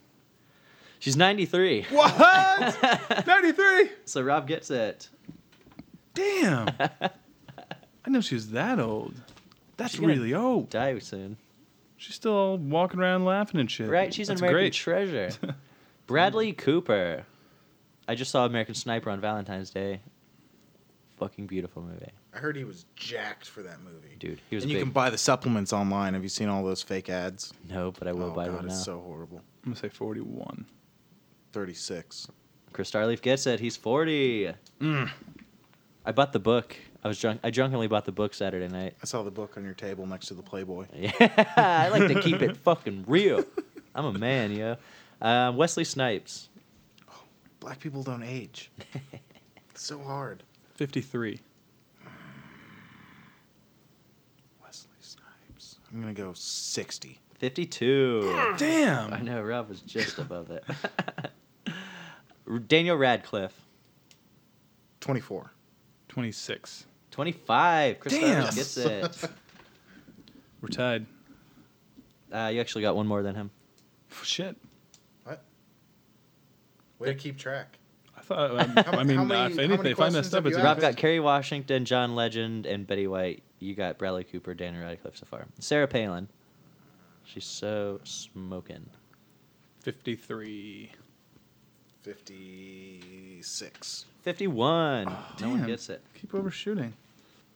S1: She's 93.
S2: What? 93?
S1: So Rob gets it.
S2: Damn. I know she was that old. That's
S1: She gonna-
S2: really old.
S1: Die soon.
S2: She's still all walking around laughing and shit.
S1: Right? She's an
S2: That's
S1: American
S2: great.
S1: treasure. Bradley Cooper. I just saw American Sniper on Valentine's Day. Fucking beautiful movie.
S3: I heard he was jacked for that movie.
S1: Dude, he was
S3: And you
S1: big.
S3: can buy the supplements online. Have you seen all those fake ads?
S1: no, but I will
S3: oh,
S1: buy
S3: God,
S1: one now.
S3: it's so horrible.
S2: I'm going to say 41.
S3: 36.
S1: Chris Starleaf gets it. He's 40.
S2: Mm.
S1: I bought the book. I was drunk. I drunkenly bought the book Saturday night.
S3: I saw the book on your table next to the Playboy.
S1: Yeah, I like to keep it fucking real. I'm a man, yo. Uh, Wesley Snipes.
S3: Black people don't age. it's so hard.
S2: 53.
S3: Wesley Snipes. I'm going to go 60.
S1: 52. I
S2: Damn.
S1: know, Rob was just above it. Daniel Radcliffe.
S3: 24.
S2: 26.
S1: 25. Chris
S2: Damn.
S1: Rock gets it.
S2: We're tied.
S1: Uh, you actually got one more than him.
S2: Shit.
S3: What? Way to keep track.
S2: I thought. um,
S3: How-
S2: I mean,
S3: how
S2: uh,
S3: many-
S2: if
S3: how
S2: anything,
S3: many
S2: if I
S3: questions
S2: messed up,
S3: have
S2: it's
S3: you
S2: about
S3: asked?
S1: Rob got Kerry Washington, John Legend, and Betty White. You got Bradley Cooper, Daniel Radcliffe so far. Sarah Palin. She's so smoking.
S2: fifty-three.
S3: 56.
S1: 51. no one
S2: Oh, damn.
S1: gets it.
S2: Keep overshooting.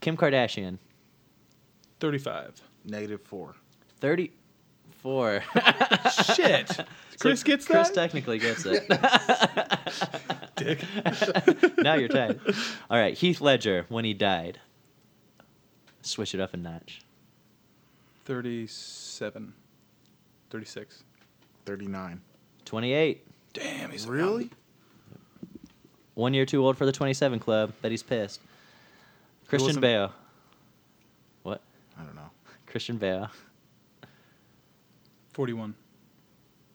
S1: Kim Kardashian.
S2: Thirty-five.
S3: Negative 4.
S1: 34.
S2: Shit. Chris gets
S1: Chris
S2: that.
S1: technically gets it.
S2: Dick.
S1: now you're tied. All right, Heath Ledger when he died. Switch it up a notch.
S2: Thirty-seven. Thirty-six.
S3: 39.
S1: 28.
S2: Damn, he's
S3: Really?
S1: One year too old for the 27 Club. Bet he's pissed. Christian
S3: wasn't-
S1: Bale. What?
S3: I don't know.
S1: Christian Bale.
S2: forty-one.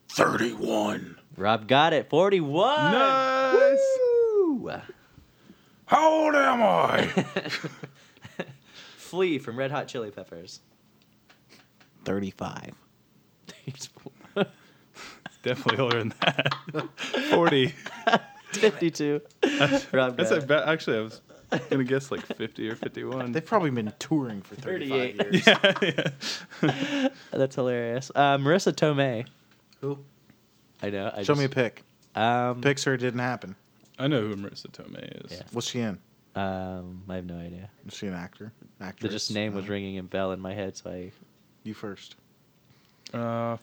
S3: 31.
S1: Rob got it. 41.
S2: Nice.
S1: Woo!
S3: How old am I?
S1: Flea from Red Hot Chili Peppers.
S3: 35.
S1: He's
S2: Definitely older than that. Forty.
S1: 52. Rob got
S2: That's a
S1: it.
S2: bet. Actually, I was gonna guess like fifty or fifty-one.
S3: They've probably been touring for 35
S1: 38.
S3: years.
S2: yeah, yeah.
S1: That's hilarious. Uh, Marissa Tomei.
S3: Who?
S1: I know. I
S3: Show
S1: just,
S3: me a pic.
S1: Um,
S3: Picks her didn't happen.
S2: I know who Marissa Tomei is.
S1: Yeah.
S3: What's she in?
S1: um, I have no idea.
S3: Is she an actor?
S1: The
S3: Actress?
S1: just name was
S3: No.
S1: ringing a bell in my head, so I
S3: You first.
S2: Uh,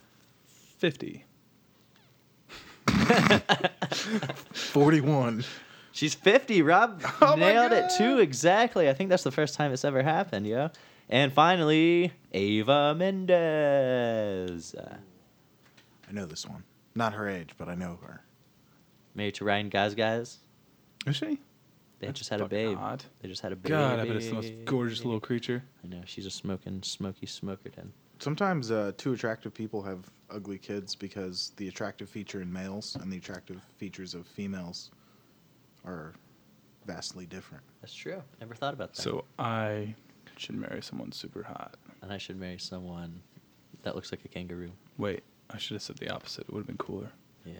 S2: fifty.
S3: 41.
S1: She's 50. Rob
S2: Oh my
S1: nailed it too
S2: God.
S1: exactly. I think that's the first time it's ever happened, yo. And finally, Ava Mendez. Uh,
S3: I know this one. Not her age, but I know her.
S1: married to Ryan Gazgaz.
S2: Is she?
S1: They
S2: That's
S1: just had a
S2: fucking
S1: babe.
S2: hot.
S1: They just had a baby.
S2: God, I bet it's the most gorgeous little creature.
S1: I know she's a smoking, smoky smokerton.
S3: Sometimes uh, two attractive people have ugly kids because the attractive feature in males and the attractive features of females are vastly different.
S1: That's true. Never thought about that.
S2: So I should marry someone super hot.
S1: and I should marry someone that looks like a kangaroo.
S2: Wait, I should have said the opposite. It would have been cooler.
S1: Yeah.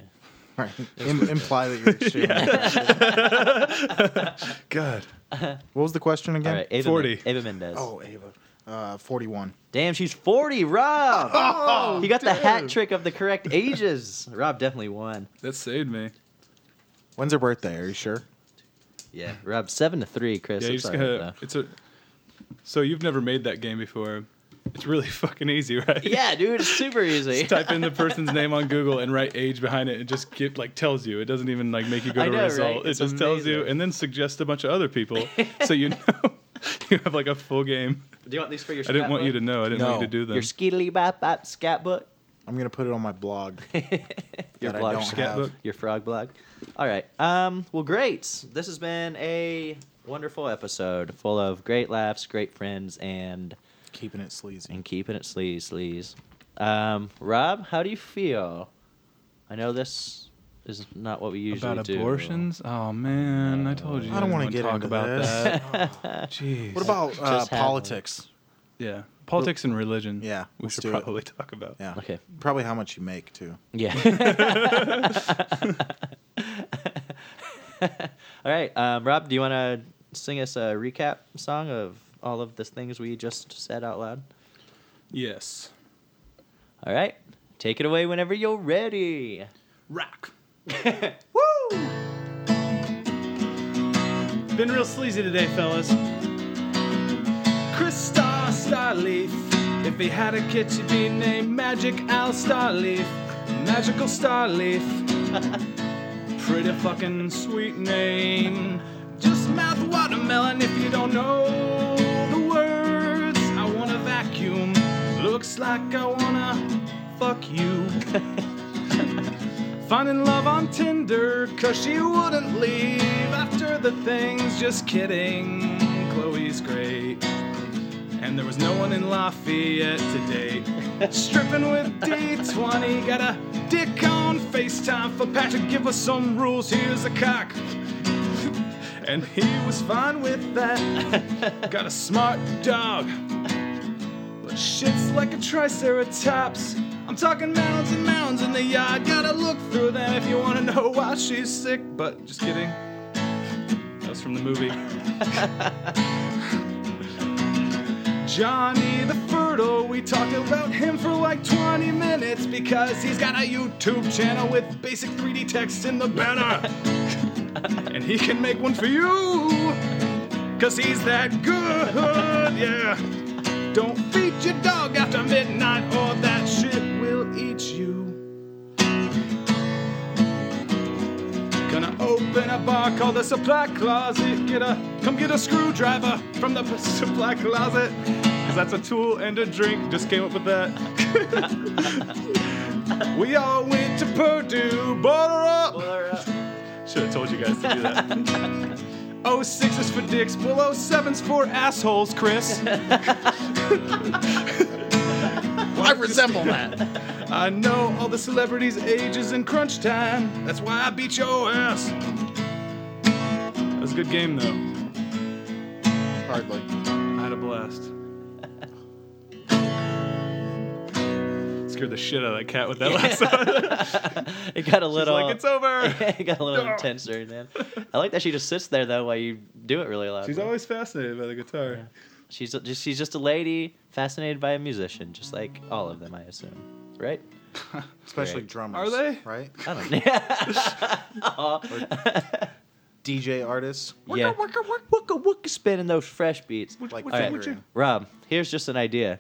S3: Right. Im- imply that you're extremely.
S2: God.
S3: What was the question
S1: All
S3: again?
S1: right, Ava,
S2: 40.
S1: Men- Ava Mendez.
S3: Oh, Ava. Uh, 41.
S1: Damn, she's 40, Rob.
S2: Oh,
S1: he got the hat trick of the correct ages. Rob definitely won.
S2: That saved me.
S3: When's her birthday? Are you sure?
S1: Yeah, Rob, 7 to 3, Chris.
S2: Yeah,
S1: I'm
S2: you just
S1: sorry
S2: gotta.
S1: about that.
S2: It's a. So you've never made that game before. It's really fucking easy, right?
S1: Yeah, dude, it's super easy.
S2: Just type in the person's name on Google and write age behind it. It just get, like tells you. It doesn't even like make you go
S1: I
S2: to
S1: know,
S2: a result.
S1: right?
S2: It
S1: It's
S2: just tells you,
S1: amazing.
S2: and then suggests a bunch of other people, so you know you have like a full game.
S1: Do you want these for your
S2: I didn't want you to
S1: scrapbook?
S2: know. I didn't want you to
S3: No.
S2: do them.
S1: Your skeetily bop bop scat book?
S3: I'm going to put it on my blog.
S1: Your
S3: That I
S1: blog.
S3: don't
S1: scat-
S3: have.
S2: Scatbook.
S1: Your frog blog. All right. Um, well, great. This has been a wonderful episode full of great laughs, great friends, and
S3: Keeping it sleazy.
S1: and keeping it sleaze, sleaze. Um, Rob, how do you feel? I know this is not what we usually
S2: about
S1: do.
S2: abortions? Oh man, I told you.
S3: I don't
S2: want
S3: wanna
S2: to
S3: get
S2: talk
S3: into
S2: about
S3: this.
S2: that. Jeez.
S3: What about uh,
S1: Just had one.
S3: politics?
S2: yeah, politics and religion?
S3: Yeah,
S2: we
S3: let's
S2: should
S3: do it.
S2: probably talk about.
S3: Yeah.
S1: Okay.
S3: Probably how much you make, too.
S1: Yeah. all right, um, Rob, do you want to sing us a recap song of all of the things we just said out loud?
S2: Yes.
S1: All right, take it away whenever you're ready.
S2: Rock.
S1: Woo!
S2: Been real sleazy today, fellas. Chris Star Starleaf. If he had a kid, she'd be named Magic Al Starleaf. Magical Starleaf. Pretty fucking sweet name. Just mouth watermelon if you don't know the words. I want a vacuum. Looks like I wanna fuck you. Finding love on Tinder, cause she wouldn't leave after the things. Just kidding, Chloe's great. And there was no one in Lafayette today. Stripping with D20, got a dick on FaceTime for Patrick. Give us some rules, here's a cock. And he was fine with that. Got a smart dog. But shit's like a triceratops. I'm I'm talking mounds and mounds in the yard. Gotta look through them if you wanna know why she's sick. But just kidding. That was from the movie. Johnny the Fertile, we talked about him for like 20 minutes because he's got a YouTube channel with basic 3D text in the banner. and he can make one for you because he's that good, yeah. Don't feed your dog after midnight, or that shit will eat you. Gonna open a bar called the Supply Closet. Get a come get a screwdriver from the Supply Closet, cause that's a tool and a drink. Just came up with that. we all went to Purdue, bought her up. Should have told you guys to do that. 06 is for dicks, well, 07's for assholes, Chris.
S3: I resemble that.
S2: I know all the celebrities' ages in crunch time. That's why I beat your ass. That was a good game, though.
S3: Hardly.
S2: I had a blast. Scared the shit out of that cat with that last one.
S1: It got a
S2: It's
S1: little.
S2: like, it's over.
S1: it got a little intense during that. I like that she just sits there though while you do it really loud.
S2: She's always fascinated by the guitar.
S1: She's a- just she's just a lady fascinated by a musician, just like all of them, I assume. Right?
S3: Especially
S1: Great.
S3: drummers.
S2: Are they?
S3: Right?
S1: I don't know.
S3: DJ artists.
S1: yeah. Wooka wooka wooka spinning those fresh beats.
S3: Like
S1: All right.
S3: fingering.
S1: Rob, here's just an idea.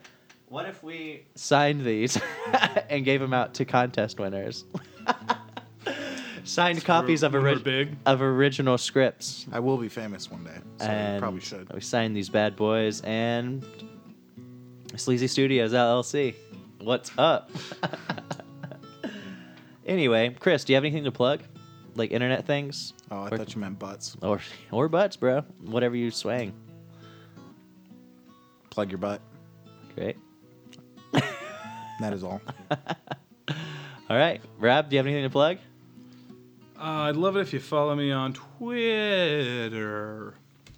S1: What if we signed these and gave them out to contest winners? Signed copies of,
S2: when we're
S1: orig-
S2: big.
S1: of original scripts.
S3: I will be famous one day. So
S1: and
S3: you probably should.
S1: We signed these bad boys and Sleazy Studios LLC. What's up? anyway, Chris, do you have anything to plug? Like internet things?
S3: Oh, I
S1: Or-
S3: thought you meant butts.
S1: Or or butts, bro. Whatever you swang.
S3: Plug your butt.
S1: Great.
S3: That is all.
S1: All right, Rob, do you have anything to plug?
S2: Uh, I'd love it if you follow me on Twitter.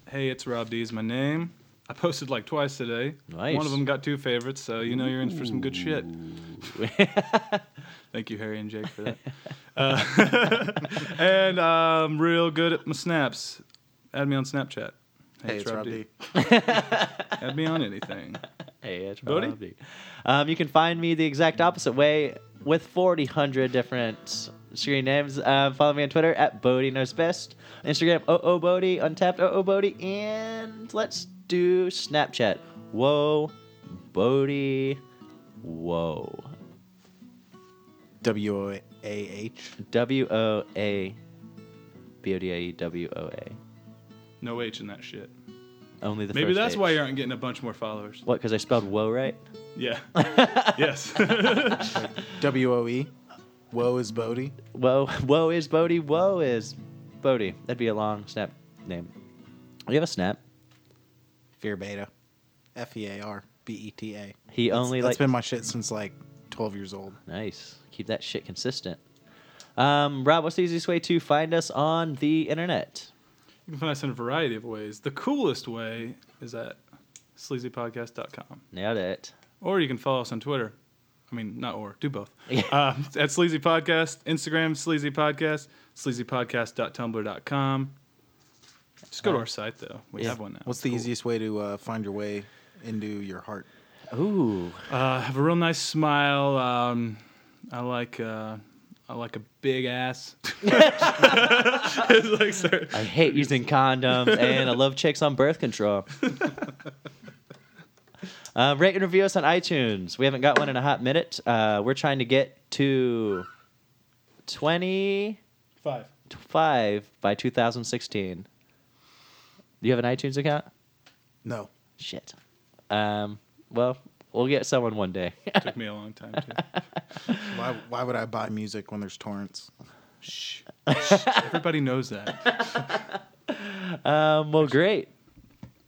S2: Hey, it's Rob D is my name. I posted like twice today.
S1: Nice.
S2: One of them got two favorites, so you know you're in for some good shit. Thank you, Harry and Jake, for that. uh, and I'm real good at my snaps. Add me on Snapchat.
S3: hey, it's Rob D.
S2: Add me on anything.
S1: Hey, it's
S2: Bodhi?
S1: Rob D. Um, you can find me the exact opposite way with 4,000 different screen names. Um, follow me on Twitter at Bodie Knows Best, Instagram OO Bodie, Untapped OO Bodie, and let's do Snapchat. Whoa, Bodie, whoa.
S3: W O A H.
S1: W O A B O D A E W O A.
S2: No H in that shit.
S1: Only the
S2: Maybe
S1: first
S2: that's
S1: H.
S2: why you aren't getting a bunch more followers.
S1: What, because I spelled whoa right?
S2: Yeah. yes.
S3: W O E. Woe is Bodie.
S1: Whoa, whoa is Bodie, whoa is Bodie. That'd be a long snap name. Do you have a snap?
S3: Fear Beta. F E A R B E T A.
S1: He only
S3: That's
S1: like
S3: been my shit since like 12 years old.
S1: nice. Keep that shit consistent. Um, Rob, what's the easiest way to find us on the internet?
S2: You can find us in a variety of ways. The coolest way is at sleazypodcast.com.
S1: Nailed it.
S2: Or you can follow us on Twitter. I mean, not or, do both. uh, at Sleazy Podcast, Instagram, Sleazy Podcast, sleazypodcast.tumblr.com. Just go to our site, though. We have one now.
S3: Uh, What's the easiest way to uh, find your way into your heart?
S1: Ooh,
S2: Uh, have a real nice smile. Um, I like. Uh, I like a big ass. It's like, sorry.
S1: I hate using condoms, and I love chicks on birth control. um, rate and review us on iTunes. We haven't got one in a hot minute. Uh, we're trying to get to twenty-five
S2: Five.
S1: by 2016. Do you have an iTunes account?
S3: No.
S1: Shit. Um, well, we'll get someone one day.
S2: Took me a long time too.
S3: Why, why would I buy music when there's torrents?
S2: Shh. Everybody knows that.
S1: um, well, great.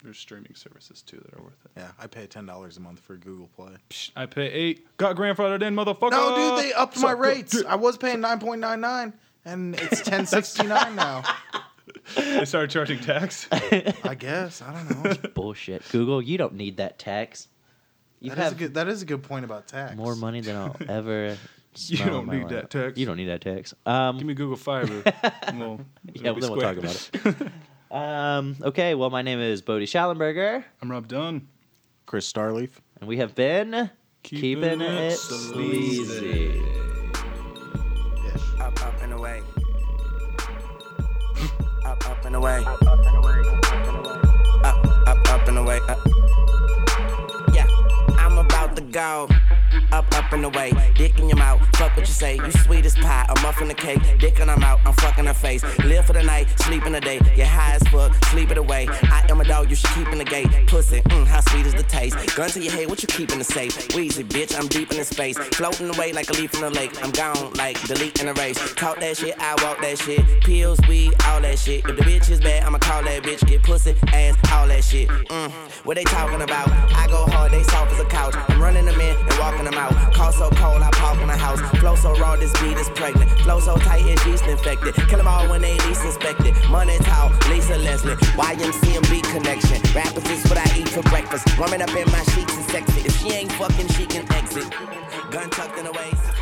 S2: There's streaming services too that are worth it.
S3: Yeah, I pay $10 a month for Google Play.
S2: Psh, I pay eight. Got grandfathered in, motherfucker.
S3: No,
S1: Uh,
S3: dude, they uh, upped my
S2: Suck
S3: rates.
S2: dick.
S3: I was paying 9.99 and it's 1069 now.
S2: They started charging tax.
S3: I guess. I don't know.
S1: Bullshit. Google, you don't need that tax. You
S3: That is, a
S1: have
S3: good, that is a good point about tax.
S1: more money than I'll ever.
S2: You
S1: smell in
S2: don't
S1: my
S2: need
S1: life.
S2: that tax.
S1: You don't need that tax. Um,
S2: Give me Google Fiber. and we'll,
S1: yeah, well, then we'll talk about it. um, okay, well, my name is Bodie Schallenberger,
S2: I'm Rob Dunn.
S3: Chris Starleaf.
S1: and we have been
S2: Keeping
S1: keeping,
S2: it
S1: it
S2: sleazy.
S1: sleazy.
S3: Yes.
S6: up, up and away. up, up and away. Up, up and away. Up, up, up and away. Up. Yeah, I'm about to go. Up, up and away. Dick in your mouth. Fuck what you say. You sweet as pie. A muffin a cake. Dick in her mouth. I'm fucking her face. Live for the night. Sleep in the day. You're high as fuck. Sleep it away. I am a dog. You should keep in the gate. Pussy. Mm, how sweet is the taste. Gun to your head. What you keep in the safe? Wheezy, bitch. I'm deep in the space. Floating away like a leaf in the lake. I'm gone like delete in a race. Talk that shit. I walk that shit. Pills, weed, all that shit. If the bitch is bad, I'ma call that bitch. Get pussy, ass, all that shit. Mm, what they talking about? I go hard. They soft as a couch. I'm running them in and walking them out. Call so cold, I park in the house. Flow so raw, this beat is pregnant. Flow so tight, it's yeast infected. Kill them all when they least inspected. Money tall, Lisa Leslie. YMCMB connection. Rappers is what I eat for breakfast. Woman up in my sheets and sexy. If she ain't fucking, she can exit. Gun tucked in the waist.